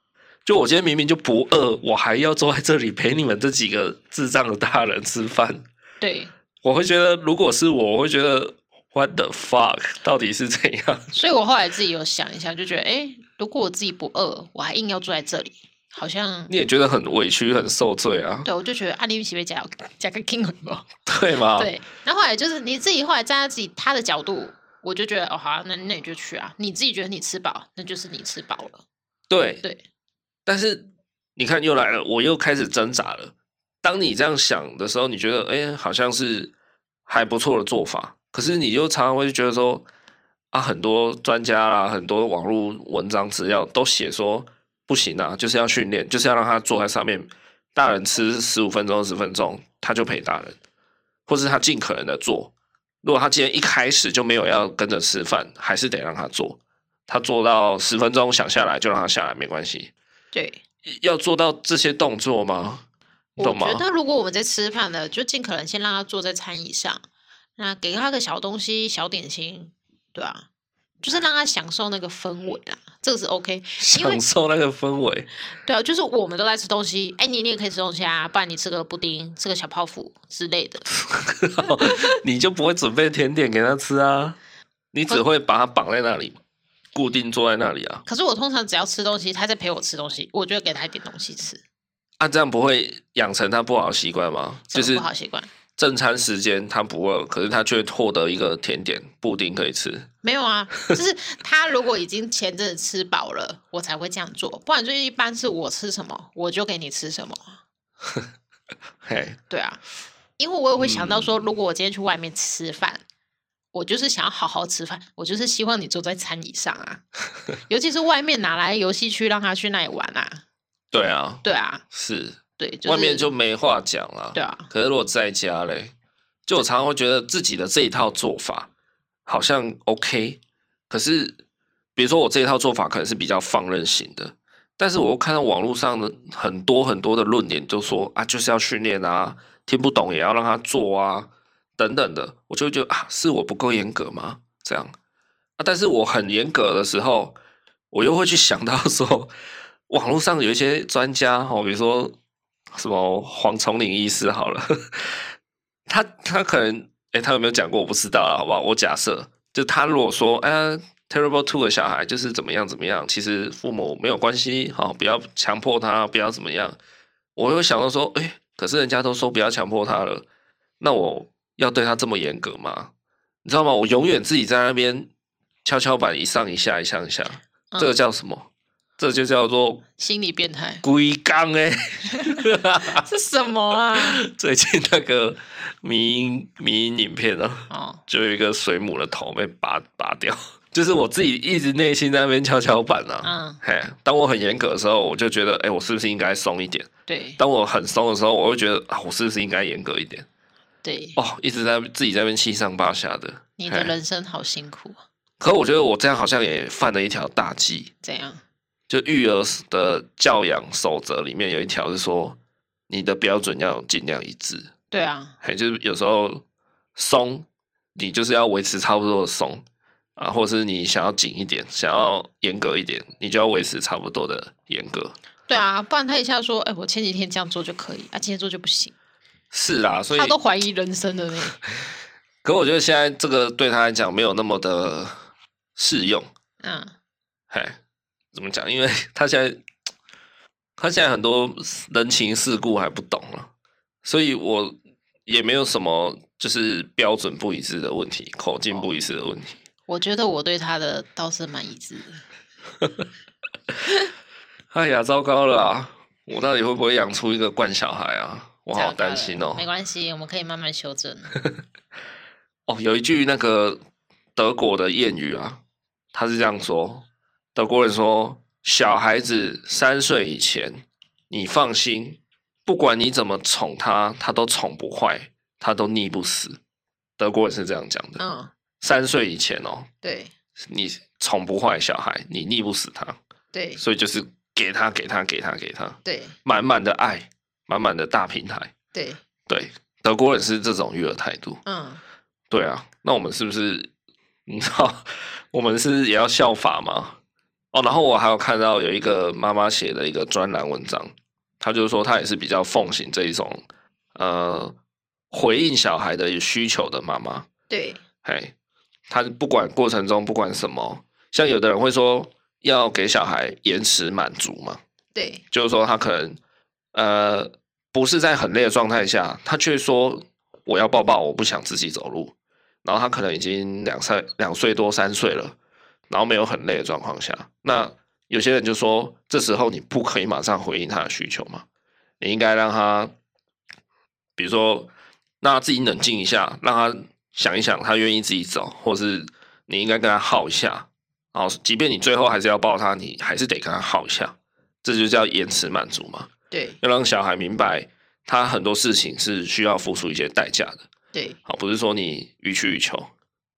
Speaker 1: 就我今天明明就不饿，我还要坐在这里陪你们这几个智障的大人吃饭，
Speaker 2: 对，
Speaker 1: 我会觉得，如果是我，我会觉得 what the fuck，到底是怎样？ [laughs]
Speaker 2: 所以我后来自己有想一下，就觉得，哎，如果我自己不饿，我还硬要坐在这里，好像
Speaker 1: 你也觉得很委屈、很受罪啊， [laughs]
Speaker 2: 对我就觉得啊，你喜不加加个 king 吧？
Speaker 1: 对吗？
Speaker 2: 对，然后后来就是你自己后来站在自己他的角度，我就觉得哦，好、啊，那那你就去啊，你自己觉得你吃饱，那就是你吃饱了。
Speaker 1: 对
Speaker 2: 对
Speaker 1: 但是你看，又来了，我又开始挣扎了。当你这样想的时候，你觉得，哎、好像是还不错的做法。可是你又常常会觉得说，啊，很多专家啦，很多网络文章资料都写说，不行啊，就是要训练，就是要让他坐在上面，大人吃十五分钟、十分钟，他就陪大人，或是他尽可能的做。如果他今天一开始就没有要跟着吃饭，还是得让他做。他做到十分钟想下来就让他下来，没关系。
Speaker 2: 对，
Speaker 1: 要做到这些动作吗？你
Speaker 2: 我
Speaker 1: 懂吗
Speaker 2: 觉？得如果我们在吃饭的，就尽可能先让他坐在餐椅上，那给他个小东西、小点心，对啊，就是让他享受那个氛围啦，这个是 OK。因为
Speaker 1: 享受那个氛围，
Speaker 2: 对啊，就是我们都在吃东西，哎，你你也可以吃东西啊，不然你吃个布丁、吃个小泡芙之类的。
Speaker 1: 你就不会准备甜点给他吃啊？你只会把他绑在那里，固定坐在那里啊？
Speaker 2: 可是我通常只要吃东西，他在陪我吃东西，我就会给他一点东西吃，
Speaker 1: 啊，这样不会养成他不好的习惯吗？
Speaker 2: 这
Speaker 1: 就
Speaker 2: 个
Speaker 1: 是
Speaker 2: 不好习惯。
Speaker 1: 正餐时间他不饿，可是他却获得一个甜点布丁可以吃。
Speaker 2: 没有啊，就是他如果已经前阵子吃饱了，我才会这样做，不然就一般是我吃什么，我就给你吃什么。
Speaker 1: 嘿，
Speaker 2: 对啊，因为我也会想到说，如果我今天去外面吃饭，我就是想要好好吃饭，我就是希望你坐在餐椅
Speaker 1: [laughs]
Speaker 2: 上啊，尤其是外面哪来游戏区让他去那里玩啊？
Speaker 1: 对啊，
Speaker 2: 对啊，
Speaker 1: 是
Speaker 2: 对，就是、
Speaker 1: 外面就没话讲了。
Speaker 2: 对啊，
Speaker 1: 可是如果在家嘞，就我常常会觉得自己的这一套做法好像 OK，可是比如说我这一套做法可能是比较放任型的，但是我又看到网络上的很多很多的论点，就说啊就是要训练啊，听不懂也要让他做啊，等等的，我就会觉得啊是我不够严格吗？这样啊，但是我很严格的时候，我又会去想到说，网络上有一些专家哦，比如说什么黄崇林医师好了，他他可能诶、他有没有讲过我不知道啊，好不好？我假设就他如果说哎、呀 Terrible Two 的小孩就是怎么样怎么样，其实父母没有关系，好、不要强迫他，不要怎么样。我又想到说，哎、可是人家都说不要强迫他了，那我要对他这么严格吗？你知道吗？我永远自己在那边跷跷板一上一下一上一下，这个
Speaker 2: 嗯
Speaker 1: 叫什么？这就叫做
Speaker 2: 心理变态 [laughs]
Speaker 1: 龟缸哎。 [laughs]
Speaker 2: 是什么啊？
Speaker 1: 最近那个迷音迷音影片啊，
Speaker 2: 哦，
Speaker 1: 就有一个水母的头被拔拔掉，就是我自己一直内心在那边跷跷板啊。
Speaker 2: 嗯，
Speaker 1: 嘿，当我很严格的时候，我就觉得，哎、我是不是应该松一点？
Speaker 2: 对
Speaker 1: 当我很松的时候，我会觉得，啊，我是不是应该严格一点？
Speaker 2: 对，
Speaker 1: 哦，一直在自己在那边七上八下的。
Speaker 2: 你的
Speaker 1: 嘿，
Speaker 2: 人生好辛苦啊，
Speaker 1: 可我觉得我这样好像也犯了一条大忌，
Speaker 2: 怎样？
Speaker 1: 就育儿的教养守则里面有一条是说，你的标准要尽量一致。
Speaker 2: 对啊，
Speaker 1: 嘿，就是有时候松，你就是要维持差不多的松啊，或者是你想要紧一点，想要严格一点，你就要维持差不多的严格。
Speaker 2: 对啊，不然他一下说，哎、我前几天这样做就可以，啊，今天做就不行，
Speaker 1: 是啦，所以
Speaker 2: 他都怀疑人生的呢。
Speaker 1: 可我觉得现在这个对他来讲没有那么的适用。
Speaker 2: 嗯，
Speaker 1: 嘿，哎怎么讲？因为 [laughs] 他现在他现在很多人情世故还不懂啊，所以我也没有什么就是标准不一致的问题，口径不一致的问题。
Speaker 2: 我觉得我对他的倒是蛮一致的。
Speaker 1: 哎呀，糟糕了啊！我到底会不会养出一个惯小孩啊？我好担心哦
Speaker 2: 没。关系，我们可以慢慢
Speaker 1: [laughs]
Speaker 2: 修正。
Speaker 1: 哦，有一句那个德国的谚语啊，他是这样说：德国人说，小孩子三岁以前，你放心，不管你怎么宠他，他都宠不坏，他都溺不死。德国人是这样讲的。
Speaker 2: 嗯，
Speaker 1: 三岁以前哦，
Speaker 2: 对
Speaker 1: 你宠不坏小孩，你溺不死他，
Speaker 2: 对
Speaker 1: 所以就是给他，给他，给他，给他
Speaker 2: 对
Speaker 1: 满满的爱，满满的大平台。
Speaker 2: 对，
Speaker 1: 对，德国人是这种育儿态度。
Speaker 2: 嗯，
Speaker 1: 对啊，那我们是不是你知道，我们是也要效法吗？哦，然后我还有看到有一个妈妈写的一个专栏文章，她就是说她也是比较奉行这一种呃回应小孩的需求的妈妈。
Speaker 2: 对
Speaker 1: 哎，她不管过程中不管什么，像有的人会说要给小孩延迟满足嘛，
Speaker 2: 对
Speaker 1: 就是说他可能呃不是在很累的状态下，他却说我要抱抱，我不想自己走路。然后他可能已经两岁两岁多三岁了，然后没有很累的状况下，那有些人就说这时候你不可以马上回应他的需求嘛，你应该让他，比如说让他自己冷静一下，让他想一想，他愿意自己走，或是你应该跟他耗一下。然后，即便你最后还是要抱他，你还是得跟他耗一下。这就叫延迟满足嘛，
Speaker 2: 对
Speaker 1: 要让小孩明白他很多事情是需要付出一些代价的，
Speaker 2: 对，
Speaker 1: 好，不是说你予取予求。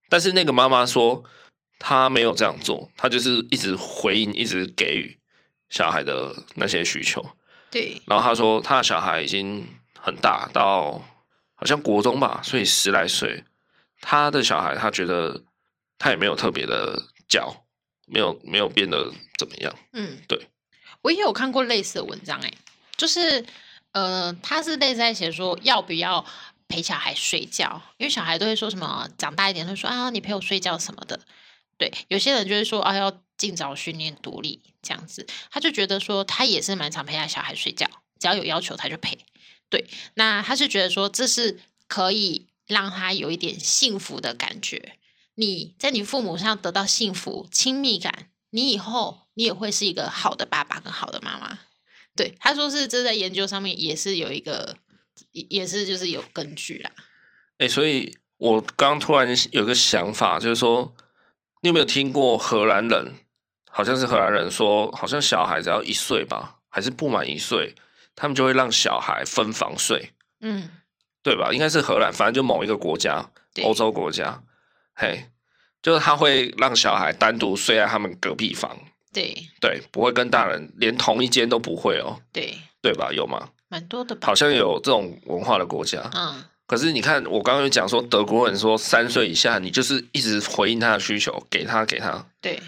Speaker 1: 但是那个妈妈说，她没有这样做，她就是一直回应，一直给予小孩的那些需求。
Speaker 2: 对
Speaker 1: 然后她说，她的小孩已经很大，到好像国中吧，所以十来岁，她的小孩她觉得她也没有特别的教，没有没有变得怎么样，
Speaker 2: 嗯，
Speaker 1: 对。
Speaker 2: 我也有看过类似的文章、欸，哎，就是呃，他是类似在写说要不要陪小孩睡觉，因为小孩都会说什么长大一点会说啊，你陪我睡觉什么的。对，有些人就会说啊，要尽早训练独立这样子，他就觉得说他也是蛮常陪他小孩睡觉，只要有要求他就陪。对，那他是觉得说这是可以让他有一点幸福的感觉，你在你父母上得到幸福、亲密感，你以后你也会是一个好的爸爸跟好的妈妈。对，他说是这在研究上面也是有一个，也也是就是有根据啦。
Speaker 1: 哎、所以我刚突然有个想法，就是说，你有没有听过荷兰人？好像是荷兰人说，好像小孩只要一岁吧，还是不满一岁，他们就会让小孩分房睡，
Speaker 2: 嗯，
Speaker 1: 对吧？应该是荷兰，反正就某一个国家，
Speaker 2: 对
Speaker 1: 欧洲国家，嘿，就是他会让小孩单独睡在他们隔壁房，
Speaker 2: 对
Speaker 1: 对，不会跟大人连同一间都不会哦，
Speaker 2: 对，
Speaker 1: 对吧？有吗？
Speaker 2: 蛮多的吧
Speaker 1: 好？像有这种文化的国家，
Speaker 2: 嗯，
Speaker 1: 可是你看，我刚刚有讲说，德国人说三岁以下，你就是一直回应他的需求，给他给他，
Speaker 2: 对，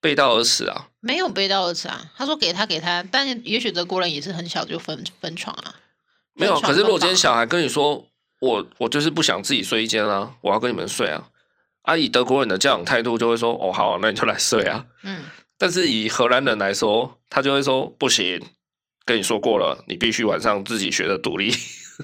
Speaker 1: 背道而驰啊。
Speaker 2: 没有背道而驰啊。他说给他给他，但也许德国人也是很小就分分床啊。
Speaker 1: 没有，
Speaker 2: 分床
Speaker 1: 可是如果
Speaker 2: 分
Speaker 1: 今天
Speaker 2: 房
Speaker 1: 小孩跟你说，我我就是不想自己睡一间啊，我要跟你们睡啊，啊，以德国人的教养态度就会说，哦，好，那你就来睡啊。
Speaker 2: 嗯，
Speaker 1: 但是以荷兰人来说，他就会说，不行，跟你说过了，你必须晚上自己学的独立， [laughs]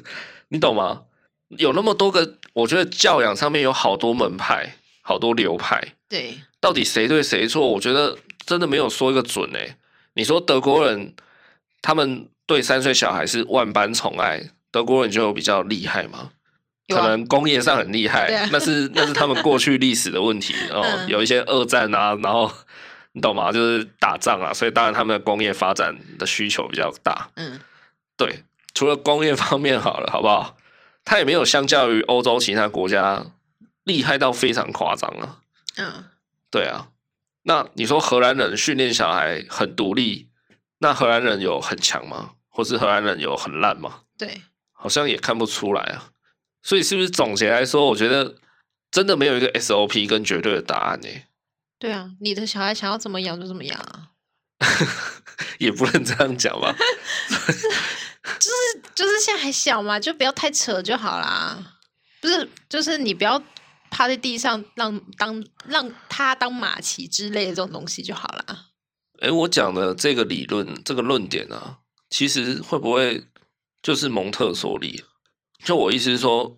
Speaker 1: 你懂吗？有那么多个，我觉得教养上面有好多门派，好多流派。
Speaker 2: 对
Speaker 1: 到底谁对谁错，我觉得真的没有说一个准诶、欸你说德国人他们对三岁小孩是万般宠爱，德国人就比较厉害吗？
Speaker 2: 有
Speaker 1: 可
Speaker 2: 啊
Speaker 1: 能工业上很厉害，
Speaker 2: 对啊
Speaker 1: 那是那是他们过去历史的
Speaker 2: [laughs]
Speaker 1: 问题哦，
Speaker 2: 嗯
Speaker 1: 有一些二战啊，然后你懂吗？就是打仗啊，所以当然他们的工业发展的需求比较大。
Speaker 2: 嗯，
Speaker 1: 对，除了工业方面好了，好不好？它也没有相较于欧洲其他国家厉害到非常夸张啊。
Speaker 2: 嗯，
Speaker 1: 对啊，那你说荷兰人训练小孩很独立，那荷兰人有很强吗？或是荷兰人有很烂吗？
Speaker 2: 对，
Speaker 1: 好像也看不出来啊。所以是不是总结来说，我觉得真的没有一个 SOP 跟绝对的答案呢、 [laughs]
Speaker 2: 对啊，你的小孩想要怎么养就怎么养啊，
Speaker 1: 也不能这样讲吧。
Speaker 2: 就是现在还小嘛，就不要太扯就好啦。不是，就是你不要趴在地上让当让他当马骑之类的这种东西就好啦。
Speaker 1: 诶，我讲的这个理论，这个论点啊，其实会不会就是蒙特梭利？就我意思是说，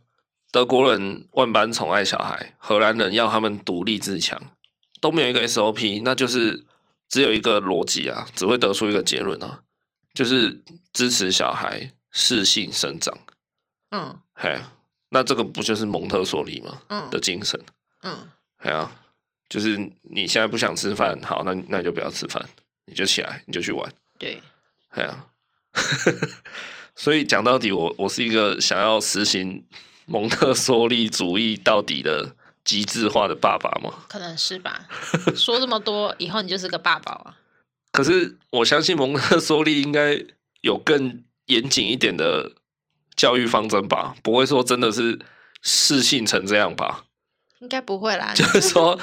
Speaker 1: 德国人万般宠爱小孩，荷兰人要他们独立自强，都没有一个 SOP，那就是只有一个逻辑啊，只会得出一个结论啊，就是支持小孩适性生长。
Speaker 2: 嗯
Speaker 1: 嘿，那这个不就是蒙特梭利吗？
Speaker 2: 嗯
Speaker 1: 的精神，
Speaker 2: 嗯，
Speaker 1: 哎呀，就是你现在不想吃饭，好，那那你就不要吃饭，你就起来，你就去玩。
Speaker 2: 对，
Speaker 1: 哎呀， [laughs] 所以讲到底我，我是一个想要实行蒙特梭利主义到底的极致化的爸爸嘛。
Speaker 2: 可能是吧。说这么多，以后你就是个爸啊爸了。
Speaker 1: 可是我相信蒙特梭利应该有更严谨一点的教育方针吧，不会说真的是适性成这样吧？ [laughs]
Speaker 2: 应该不会啦，
Speaker 1: 就是说，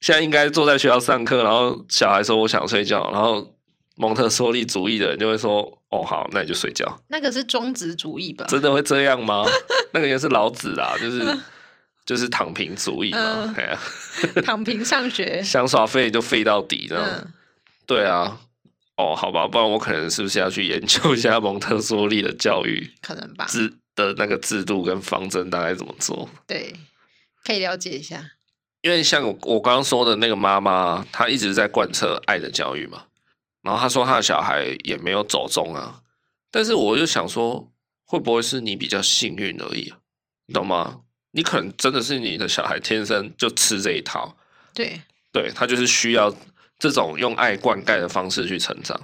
Speaker 1: 现在应该坐在学校上课，然后小孩说我想睡觉，然后蒙特梭利主义的人就会说，哦好，那你就睡觉。
Speaker 2: 那个是庄子主义吧？
Speaker 1: [laughs] 真的会这样吗？那个也是老子啦，就是就是躺平主义嘛
Speaker 2: 嗯，
Speaker 1: 哎呀，，
Speaker 2: 躺平上学
Speaker 1: 想耍废就废到底这样。
Speaker 2: 嗯，
Speaker 1: 对啊，哦，好吧，不然我可能是不是要去研究一下蒙特梭利的教育
Speaker 2: 可能吧，
Speaker 1: 制的那个制度跟方针大概怎么做？
Speaker 2: 对，可以了解一下。
Speaker 1: 因为像我我刚刚说的那个妈妈，她一直在贯彻爱的教育嘛，然后她说她的小孩也没有走中啊，但是我就想说，会不会是你比较幸运而已啊、你懂吗？你可能真的是你的小孩天生就吃这一套，
Speaker 2: 对，
Speaker 1: 对他就是需要这种用爱灌溉的方式去成长。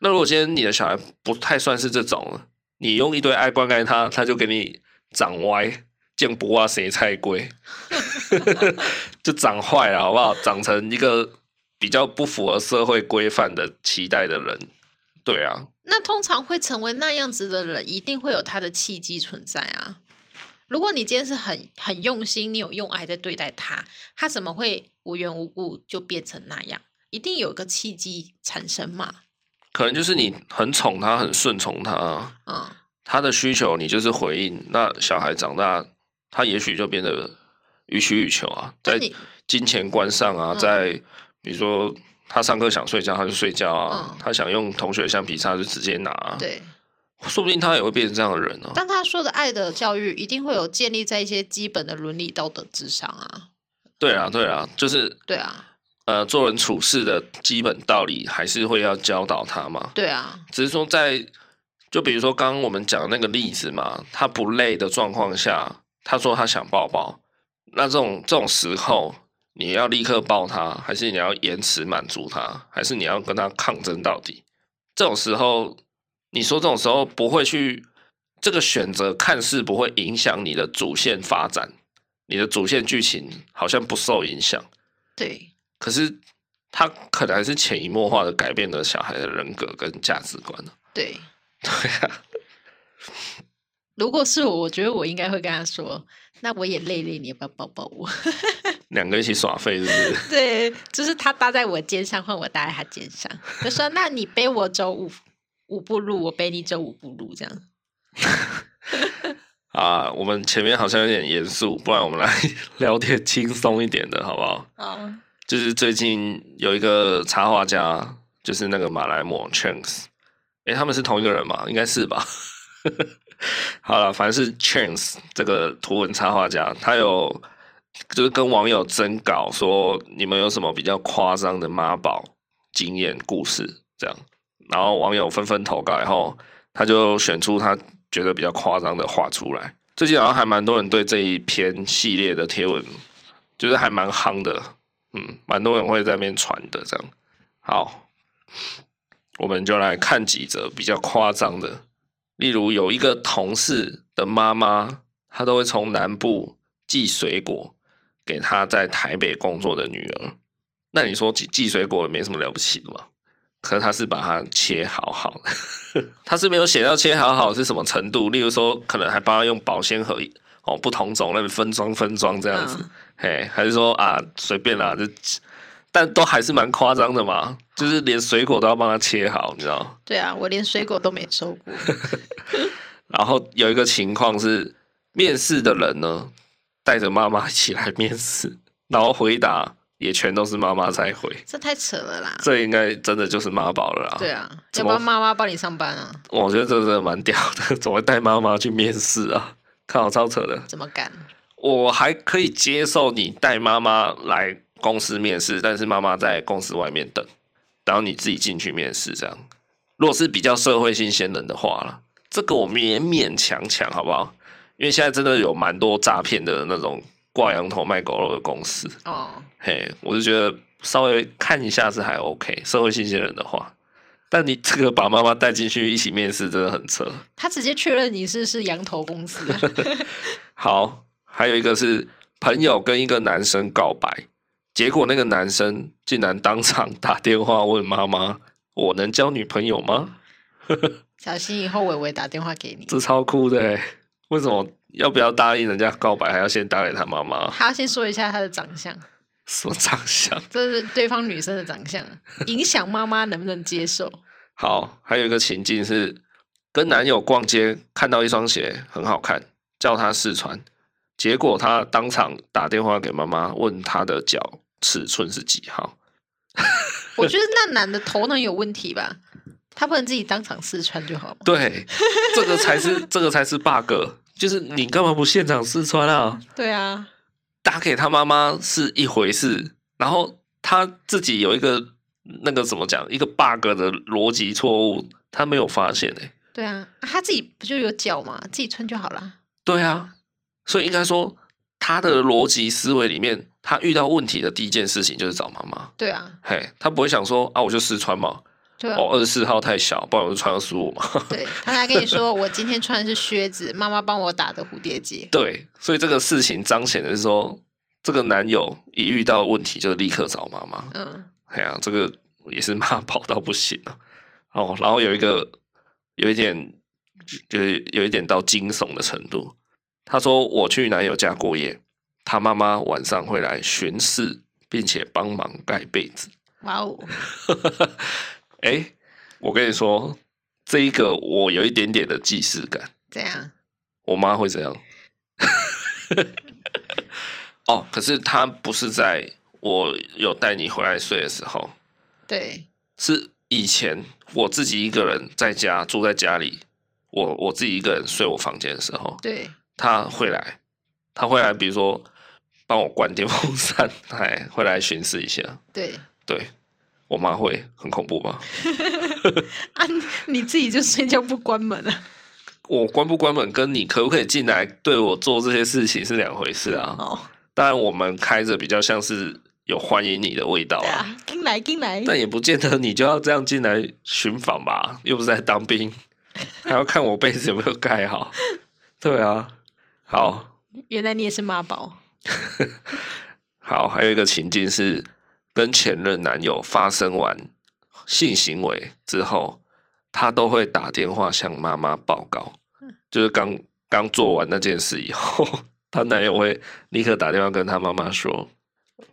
Speaker 1: 那如果今天你的小孩不太算是这种，你用一堆爱灌溉他，他就给你长歪，见不啊谁菜龟， [laughs] 就长坏了，好不好？长成一个比较不符合社会规范的期待的人。对啊，
Speaker 2: 那通常会成为那样子的人，一定会有他的契机存在啊。如果你今天是很很用心，你有用爱在对待他，他怎么会无缘无故就变成那样？一定有一个契机产生嘛。
Speaker 1: 可能就是你很宠他，很顺从他，
Speaker 2: 嗯，
Speaker 1: 他的需求你就是回应。那小孩长大，他也许就变得予取予求啊，
Speaker 2: 那
Speaker 1: 在
Speaker 2: 你
Speaker 1: 金钱观上啊，
Speaker 2: 嗯
Speaker 1: 在比如说他上课想睡觉，他就睡觉啊；
Speaker 2: 嗯
Speaker 1: 他想用同学的橡皮擦就直接拿、啊。，
Speaker 2: 对，
Speaker 1: 说不定他也会变成这样的人哦、
Speaker 2: 但他说的爱的教育，一定会有建立在一些基本的伦理道德之上啊。
Speaker 1: 对啊，对啊，就是
Speaker 2: 对啊，
Speaker 1: 呃，做人处事的基本道理还是会要教导他嘛。
Speaker 2: 对啊，
Speaker 1: 只是说在就比如说刚刚我们讲的那个例子嘛，他不累的状况下，他说他想抱抱，那这种这种时候，你要立刻抱他，还是你要延迟满足他，还是你要跟他抗争到底？这种时候，你说这种时候不会去这个选择，看似不会影响你的主线发展，你的主线剧情好像不受影响，
Speaker 2: 对，
Speaker 1: 可是他可能还是潜移默化的改变了小孩的人格跟价值观啊呢、
Speaker 2: 对，
Speaker 1: [laughs] 对啊，
Speaker 2: 如果是我，我觉得我应该会跟他说：“那我也累累，你要不要抱抱我
Speaker 1: 两个一起耍废是不是？？” [laughs]
Speaker 2: [laughs] 对，就是他搭在我肩上，换我搭在他肩上，就说：“那你背我走五五步路，我背你走五步路。”这样，
Speaker 1: 啊，我们前面好像有点严肃，不然我们来 [laughs] 聊点轻松一点的好不好？
Speaker 2: 哦，
Speaker 1: 就是最近有一个插画家，就是那个马来貘 Chance，诶、他们是同一个人吗？应该是吧。 [laughs] 好了，反正是 Chance 这个图文插画家，他有就是跟网友征稿说，你们有什么比较夸张的妈宝经验故事，这样，然后网友纷纷投稿，然后他就选出他觉得比较夸张的画出来。最近好像还蛮多人对这一篇系列的贴文，就是还蛮夯的，嗯，蛮多人会在那边传的这样。好，我们就来看几则比较夸张的，例如有一个同事的妈妈，她都会从南部寄水果给她在台北工作的女儿。那你说寄寄水果也没什么了不起的嘛？可是他是把它切好好的， [laughs] 他是没有写到切好好是什么程度。例如说，可能还帮他用保鲜盒哦，不同种类分装分装这样子，
Speaker 2: 嗯
Speaker 1: 嘿，还是说啊随便啦，就但都还是蛮夸张的嘛，就是连水果都要帮他切好，你知道吗？
Speaker 2: 对啊，我连水果都没收过。
Speaker 1: 然后有一个情况是，面试的人呢带着妈妈一起来面试，然后回答也全都是妈妈在回，
Speaker 2: 这太扯了啦！
Speaker 1: 这应该真的就是妈宝了啦。
Speaker 2: 对，啊，
Speaker 1: 怎
Speaker 2: 要
Speaker 1: 么
Speaker 2: 不要妈妈帮你上班啊？
Speaker 1: 我觉得这真的蛮屌的，怎么会带妈妈去面试啊？靠，超扯的。
Speaker 2: 怎么敢？
Speaker 1: 我还可以接受你带妈妈来公司面试，但是妈妈在公司外面等，然后你自己进去面试这样。如果是比较社会新鲜人的话啦，这个我们也勉强强好不好？因为现在真的有蛮多诈骗的那种挂羊头卖狗肉的公司，
Speaker 2: 哦，
Speaker 1: 嘿，我就觉得稍微看一下是还 OK，社会新鲜人的话。但你这个把妈妈带进去一起面试，真的很扯。
Speaker 2: 他直接确认你是是羊头公司
Speaker 1: [laughs]
Speaker 2: 啊、
Speaker 1: 好，还有一个是朋友跟一个男生告白，结果那个男生竟然当场打电话问妈妈：“我能交女朋友吗
Speaker 2: 小心以后伟伟打电话给？”你，
Speaker 1: 这超酷的欸，为什么要不要答应人家告白，还要先打给他妈妈？
Speaker 2: 他要先说一下他的长相，
Speaker 1: 什么长相？
Speaker 2: 这是对方女生的长相，影响妈妈能不能接受？
Speaker 1: 好，还有一个情境是跟男友逛街，看到一双鞋很好看，叫他试穿，结果他当场打电话给妈妈，问他的脚尺寸是几号。
Speaker 2: 我觉得那男的头脑有问题吧，他不能自己当场试穿就好吗？
Speaker 1: 对，这个才
Speaker 2: [laughs]
Speaker 1: 是这个才是 bug，就是你干嘛不现场试穿啊？
Speaker 2: 对啊，
Speaker 1: 打给他妈妈是一回事，然后他自己有一个那个怎么讲，一个 bug 的逻辑错误，他没有发现哎、
Speaker 2: 对啊，啊他自己不就有脚嘛，自己穿就好啦。
Speaker 1: 对啊，所以应该说他的逻辑思维里面，他遇到问题的第一件事情就是找妈妈。
Speaker 2: 对啊，
Speaker 1: 嘿，他不会想说啊，我就试穿嘛，
Speaker 2: 对啊，
Speaker 1: 哦，二十四号太小，不然我就穿二十五嘛。
Speaker 2: 对他还跟你说，我今天穿的是靴子，妈妈帮我打的蝴蝶结。
Speaker 1: 对，所以这个事情彰显的是说，这个男友一遇到问题就立刻找妈妈。
Speaker 2: 嗯，
Speaker 1: 哎呀、这个也是骂跑到不行啊。哦，然后有一个有一点就是有一点到惊悚的程度。他说我去男友家过夜，他妈妈晚上会来巡视，并且帮忙盖被子。
Speaker 2: 哇哦，
Speaker 1: 哎、我跟你说，这一个我有一点点的既视感。
Speaker 2: 这样
Speaker 1: 我妈会这样。哦，可是她不是在我有带你回来睡的时候，
Speaker 2: 对，
Speaker 1: 是以前我自己一个人在家住在家里，我我自己一个人睡我房间的时候，
Speaker 2: 对，
Speaker 1: 她会来，她会来，比如说帮我关电风扇，哎，会来巡视一下。
Speaker 2: 对
Speaker 1: 对我妈会很恐怖吧？
Speaker 2: 啊，你自己就睡觉不关门啊？
Speaker 1: 我关不关门跟你可不可以进来对我做这些事情是两回事啊。
Speaker 2: 哦，
Speaker 1: 当然，我们开着比较像是有欢迎你的味道
Speaker 2: 对
Speaker 1: 啊，
Speaker 2: 啊，进来进来，
Speaker 1: 但也不见得你就要这样进来巡访吧，又不是在当兵，还要看我被子有没有盖好。对啊，好
Speaker 2: 原来你也是妈宝。
Speaker 1: 好，还有一个情境是跟前任男友发生完性行为之后，他都会打电话向妈妈报告，就是刚刚做完那件事以后，她男友会立刻打电话跟她妈妈说，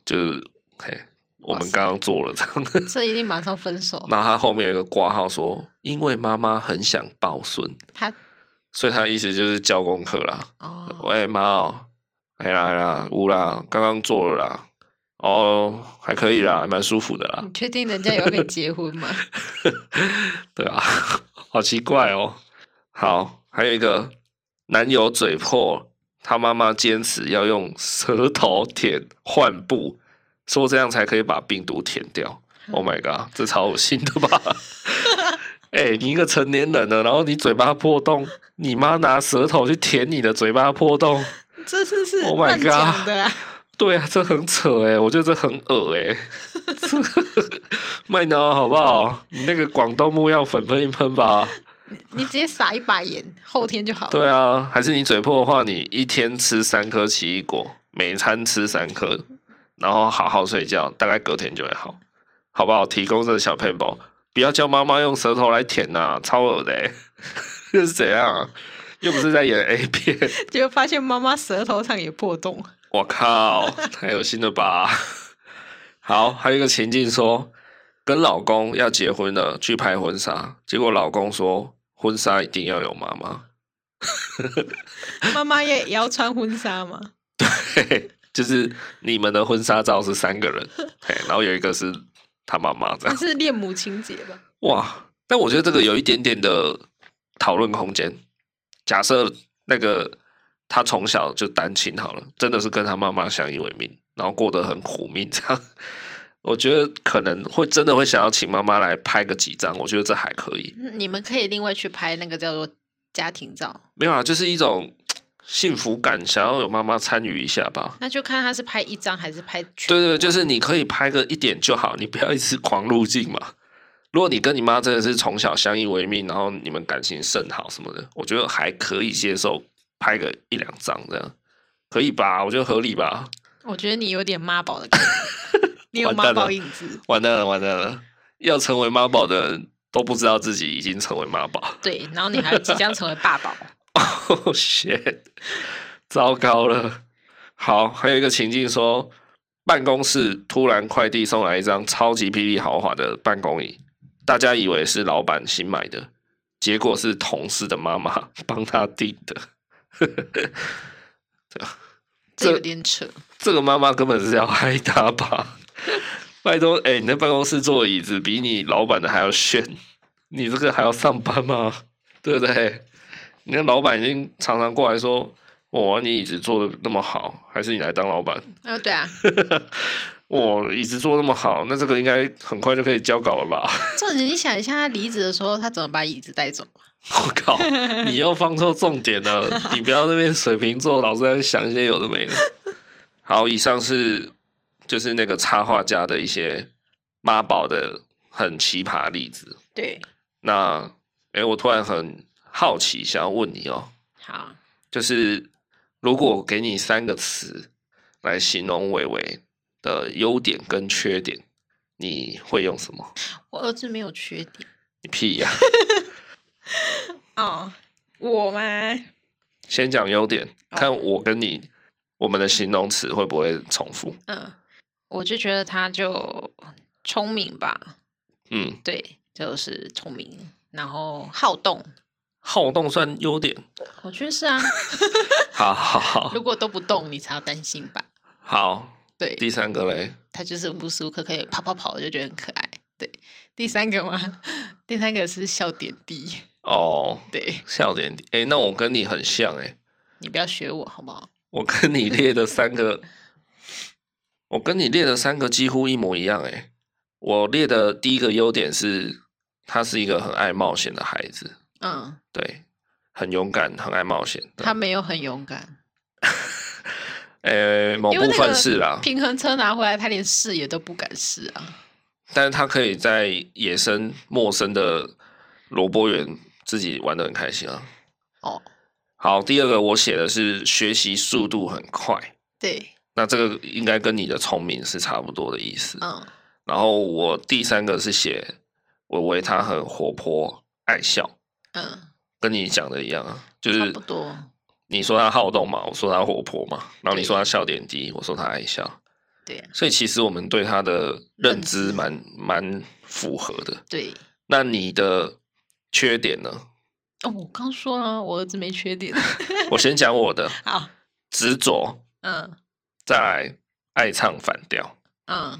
Speaker 1: 就是嘿，我
Speaker 2: 哇
Speaker 1: 们
Speaker 2: 塞
Speaker 1: 刚刚做了这样。
Speaker 2: [laughs] 这一定马上分手。
Speaker 1: 然后他后面有一个挂号说，因为妈妈很想抱孙，
Speaker 2: 他
Speaker 1: 所以他的意思就是交功课啦。
Speaker 2: 哦，
Speaker 1: 喂妈哦，哎啦哎啦，有啦，刚刚做了啦，哦，还可以啦，还蛮舒服的啦
Speaker 2: 你，确定人家有要跟你结婚吗？ [laughs]
Speaker 1: 对啊， [laughs] 好奇怪哦。好，还有一个男友嘴破，他妈妈坚持要用舌头舔患部，说这样才可以把病毒舔掉。 Oh my god，这超恶心的吧？哎、你一个成年人了，然后你嘴巴破洞，你妈拿舌头去舔你的嘴巴破洞，
Speaker 2: 这是是
Speaker 1: Oh my
Speaker 2: 乱讲的、啊。
Speaker 1: 对啊，这很扯哎、我觉得这很恶哎、 [laughs] 麦脑好不好？你那个广东木药粉喷一喷吧。
Speaker 2: 你直接撒一把盐，后天就好了。
Speaker 1: 对啊，还是你嘴破的话，你一天吃三颗奇异果，每餐吃三颗，然后好好睡觉，大概隔天就会好，好不好？提供这个小配包，不要叫妈妈用舌头来舔呐、超恶的、欸， [laughs] 这是怎样啊？又不是在演 A 片，
Speaker 2: 结果发现妈妈舌头上也破 [laughs] 洞，
Speaker 1: 我靠，太恶心了吧！好，还有一个情境说，跟老公要结婚了，去拍婚纱，结果老公说婚纱一定要有妈妈。
Speaker 2: 妈妈也也要穿婚纱 [laughs] 嘛？
Speaker 1: 嘿嘿，就是你们的婚纱照是三个人，嘿，然后有一个是他妈妈这
Speaker 2: 那
Speaker 1: 样，
Speaker 2: 是恋母情节吧？
Speaker 1: 哇！但我觉得这个有一点点的讨论空间。假设那个他从小就单亲好了，真的是跟他妈妈相依为命，然后过得很苦命这样，我觉得可能会真的会想要请妈妈来拍个几张，我觉得这还可以。
Speaker 2: 你们可以另外去拍那个叫做家庭照，
Speaker 1: 没有啊，就是一种幸福感，想要有妈妈参与一下吧。
Speaker 2: 那就看他是拍一张还是拍全。
Speaker 1: 对对，就是你可以拍个一点就好，你不要一直狂入镜嘛。如果你跟你妈真的是从小相依为命，然后你们感情甚好什么的，我觉得还可以接受拍个一两张这样，可以吧？我觉得合理吧。
Speaker 2: 我觉得你有点妈宝的感
Speaker 1: [laughs]
Speaker 2: 觉，你有
Speaker 1: 完
Speaker 2: 妈
Speaker 1: 蛋
Speaker 2: 宝
Speaker 1: 了
Speaker 2: 影子。
Speaker 1: 完蛋了，完蛋了！要成为妈宝的人都不知道自己已经成为妈宝。
Speaker 2: 对，然后你还即将成为爸
Speaker 1: [laughs]
Speaker 2: 宝。
Speaker 1: Oh shit！糟糕了。好，还有一个情境说，办公室突然快递送来一张超级霹雳豪华的办公椅，大家以为是老板新买的，结果是同事的妈妈帮他订的。
Speaker 2: 这
Speaker 1: 这
Speaker 2: 有点扯。
Speaker 1: 这个妈妈根本是要害他吧？ [laughs] 拜托，哎、你在办公室坐的椅子比你老板的还要炫，你这个还要上班吗？ [laughs] 对不对？你的老板已经常常过来说：“哇，你椅子坐的那么好，还是你来当老板？
Speaker 2: 啊、对啊，
Speaker 1: 我椅子坐那么好，那这个应该很快就可以交稿了吧？”
Speaker 2: 重点你想一下，他离职的时候，他怎么把椅子带走？
Speaker 1: 我靠，你又放错重点了！你不要那边水瓶座老是在想一些有的没的。好，以上是就是那个插画家的一些妈宝的很奇葩的例子。
Speaker 2: 对，
Speaker 1: 那诶、我突然很好奇，想要问你哦，
Speaker 2: 好，
Speaker 1: 就是如果我给你三个词来形容伟伟的优点跟缺点，你会用什么？
Speaker 2: 我儿子没有缺点
Speaker 1: 你屁呀、
Speaker 2: 哦。我吗？
Speaker 1: 先讲优点，看我跟你我们的形容词会不会重复。
Speaker 2: 嗯，我就觉得他就聪明吧，
Speaker 1: 嗯，
Speaker 2: 对，就是聪明，然后好动，
Speaker 1: 好动算优点。
Speaker 2: 我觉得 [laughs] 是啊。
Speaker 1: 好好好
Speaker 2: 如果都不动，你才要担心吧？
Speaker 1: 好，
Speaker 2: 对，
Speaker 1: 第三个嘞，
Speaker 2: 他就是无时无刻可以跑跑跑，我就觉得很可爱。对，第三个嘛， [laughs] 第三个是笑点低。
Speaker 1: 哦，
Speaker 2: 对
Speaker 1: 笑点低。哎、那我跟你很像哎、
Speaker 2: 你不要学我好不好？
Speaker 1: 我跟你列的三个， [laughs] 我跟你列的三个几乎一模一样哎、我列的第一个优点是，他是一个很爱冒险的孩子，
Speaker 2: 嗯，
Speaker 1: 对，很勇敢，很爱冒险。
Speaker 2: 他没有很勇敢，
Speaker 1: 呃、某
Speaker 2: 因为
Speaker 1: 部
Speaker 2: 那
Speaker 1: 分
Speaker 2: 个
Speaker 1: 是啦，
Speaker 2: 平衡车拿回来，他连试也都不敢试啊。
Speaker 1: 但是他可以在野生陌生的萝卜园自己玩的很开心啊。
Speaker 2: 哦，
Speaker 1: 好，第二个我写的是学习速度很快，
Speaker 2: 对，
Speaker 1: 那这个应该跟你的聪明是差不多的意思。
Speaker 2: 嗯，
Speaker 1: 然后我第三个是写伟伟他很活泼爱笑，
Speaker 2: 嗯，
Speaker 1: 跟你讲的一样啊，就
Speaker 2: 差
Speaker 1: 是
Speaker 2: 不多。
Speaker 1: 你说他好动嘛，我说他活泼嘛，然后你
Speaker 2: 对
Speaker 1: 说他笑点低，我说他爱笑，
Speaker 2: 对啊，
Speaker 1: 所以其实我们对他的认
Speaker 2: 认
Speaker 1: 知
Speaker 2: 知
Speaker 1: 蛮蛮符合的。
Speaker 2: 对。
Speaker 1: 那你的缺点呢？
Speaker 2: 哦，我刚说了啊，我儿子没缺 [laughs] 点。
Speaker 1: 我先讲我的
Speaker 2: 好，
Speaker 1: 执着，
Speaker 2: 嗯
Speaker 1: 再来爱唱反调，
Speaker 2: 嗯，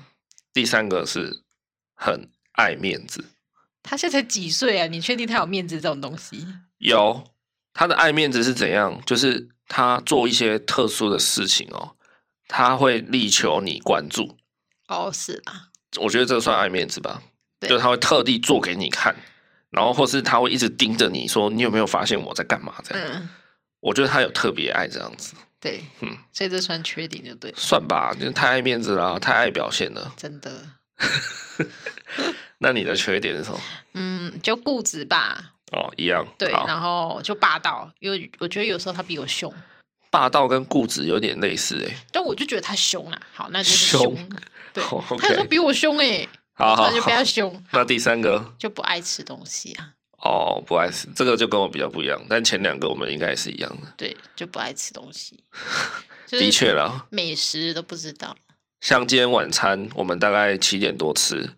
Speaker 1: 第三个是很爱面子。
Speaker 2: [laughs] 他现在才几岁啊？你确定他有面子这种东西？
Speaker 1: 有他的爱面子是怎样？就是他做一些特殊的事情哦，他会力求你关注。
Speaker 2: 哦，是啊，
Speaker 1: 我觉得这算爱面子吧，
Speaker 2: 对
Speaker 1: 就他会特地做给你看，然后或是他会一直盯着你说你有没有发现我在干嘛这样。
Speaker 2: 嗯，
Speaker 1: 我觉得他有特别爱这样子，
Speaker 2: 对，
Speaker 1: 嗯
Speaker 2: 所以这算缺点就对了，
Speaker 1: 算吧，就是太爱面子啦，太爱表现了。
Speaker 2: 真的，
Speaker 1: 那你的缺点是什么？
Speaker 2: 嗯，就固执吧，
Speaker 1: 哦，一样，
Speaker 2: 对，
Speaker 1: 好
Speaker 2: 然后就霸道，因为我觉得有时候他比我凶，
Speaker 1: 霸道跟固执有点类似诶、欸
Speaker 2: 但我就觉得他凶啊，好，那就是
Speaker 1: 凶
Speaker 2: 凶，
Speaker 1: [laughs]
Speaker 2: 对，
Speaker 1: 哦
Speaker 2: [laughs] 他有时候
Speaker 1: ，OK
Speaker 2: 比我凶哎，
Speaker 1: 好好
Speaker 2: 那就不
Speaker 1: 好
Speaker 2: 要，凶，
Speaker 1: 那第三个
Speaker 2: 就不爱吃东西啊，
Speaker 1: 哦，不爱吃这个就跟我比较不一样，但前两个我们应该也是一样的。
Speaker 2: 对，就不爱吃
Speaker 1: [laughs]
Speaker 2: 东西，就是
Speaker 1: 的确啦，
Speaker 2: 美食都不知道，
Speaker 1: 像今天晚餐我们大概七点多吃，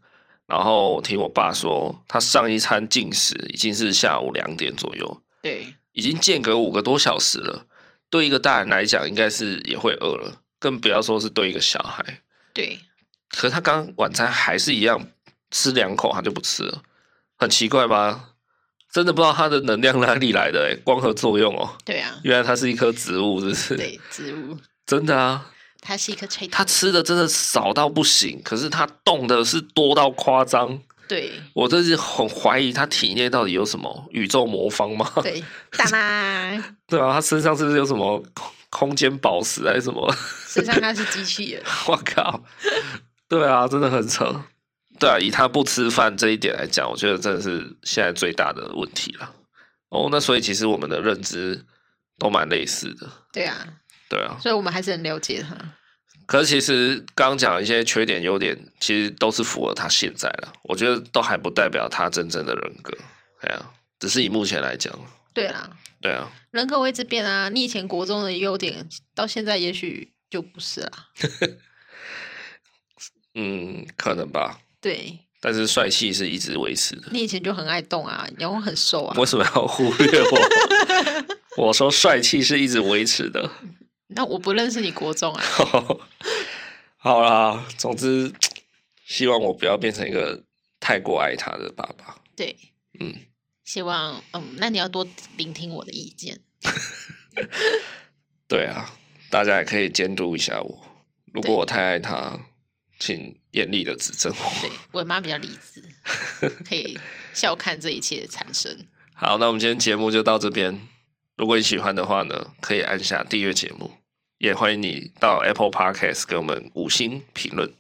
Speaker 1: 然后我听我爸说，他上一餐进食已经是下午两点左右，
Speaker 2: 对，
Speaker 1: 已经间隔五个多小时了。对一个大人来讲，应该是也会饿了，更不要说是对一个小孩。
Speaker 2: 对，
Speaker 1: 可是他刚晚餐还是一样吃两口，他就不吃了，很奇怪吧？真的不知道他的能量哪里来的、欸，光合作用哦。
Speaker 2: 对啊，
Speaker 1: 原来它是一棵植物，是不是？
Speaker 2: 对，植物，
Speaker 1: 真的啊，
Speaker 2: 它是一颗菜，
Speaker 1: 他吃的真的少到不行，可是他动的是多到夸张。
Speaker 2: 对。
Speaker 1: 我真是很怀疑他体内到底有什么宇宙魔方吗？
Speaker 2: 对，当然，
Speaker 1: [laughs] 对啊，他身上是不是有什么空空间宝石还是什么？
Speaker 2: 身上它是机器人，
Speaker 1: [laughs] 我靠！对啊，真的很扯。对啊，以他不吃饭这一点来讲，我觉得真的是现在最大的问题了。哦，那所以其实我们的认知都蛮类似的。
Speaker 2: 对啊，
Speaker 1: 对啊，
Speaker 2: 所以我们还是很了解它。
Speaker 1: 可是其实刚刚讲的一些缺点、优点，其实都是符合他现在了。我觉得都还不代表他真正的人格。哎呀、只是以目前来讲，
Speaker 2: 对啦，
Speaker 1: 对啊，
Speaker 2: 人格会一直变啊，你以前国中的优点，到现在也许就不是啦。
Speaker 1: 嗯，可能吧。
Speaker 2: 对
Speaker 1: 但是帅气是一直维持的。
Speaker 2: 你以前就很爱动啊，然后很瘦啊，
Speaker 1: 为什么要忽略我？ [laughs] 我说帅气是一直维持的。
Speaker 2: 那我不认识你国中啊。
Speaker 1: [laughs] 好啦，总之，希望我不要变成一个太过爱他的爸爸。
Speaker 2: 对，
Speaker 1: 嗯，
Speaker 2: 希望嗯，那你要多聆听我的意见。
Speaker 1: 对啊，大家也可以监督一下我。如果
Speaker 2: 对
Speaker 1: 我太爱他，请严厉的指正我。
Speaker 2: 对我妈比较理智，可以笑看这一切的产生。
Speaker 1: 好，那我们今天节目就到这边。如果你喜欢的话呢，可以按下订阅节目，也欢迎你到 Apple Podcast 给我们五星评论。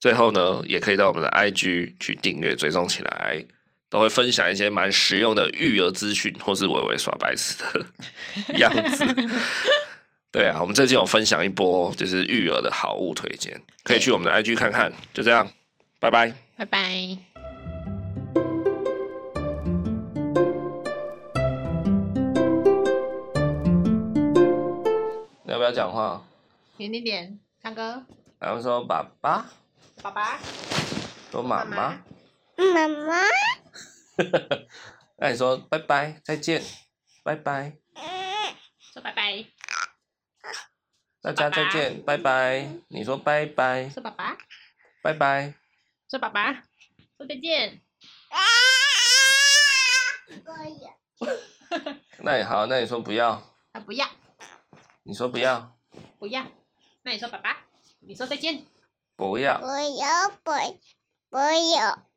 Speaker 1: 最后呢，也可以到我们的 IG 去订阅追踪起来，都会分享一些蛮实用的育儿资讯，或是伟伟耍白痴的 [laughs] 样子。对啊，我们最近有分享一波就是育儿的好物推荐，可以去我们的 IG 看看。就这样，拜拜。
Speaker 2: 拜拜。
Speaker 1: 要不要讲话？
Speaker 2: 点点点，唱歌，
Speaker 1: 然后说爸爸，
Speaker 2: 爸爸，
Speaker 1: 说妈
Speaker 2: 妈
Speaker 1: 妈
Speaker 2: 妈。
Speaker 3: 妈妈，
Speaker 1: 那你说拜拜，再见，拜拜，
Speaker 2: 说拜拜，
Speaker 1: 大家再见，拜拜。你说拜拜，
Speaker 2: 说爸爸。
Speaker 1: 拜拜，
Speaker 2: 说爸爸，说再见。
Speaker 3: 可以。
Speaker 1: 那也好，那你说不要，
Speaker 2: 啊，不要，
Speaker 1: 你说不要，
Speaker 2: 不要。那你说爸爸，你说再见。
Speaker 1: 不要。
Speaker 3: 我有本，我有。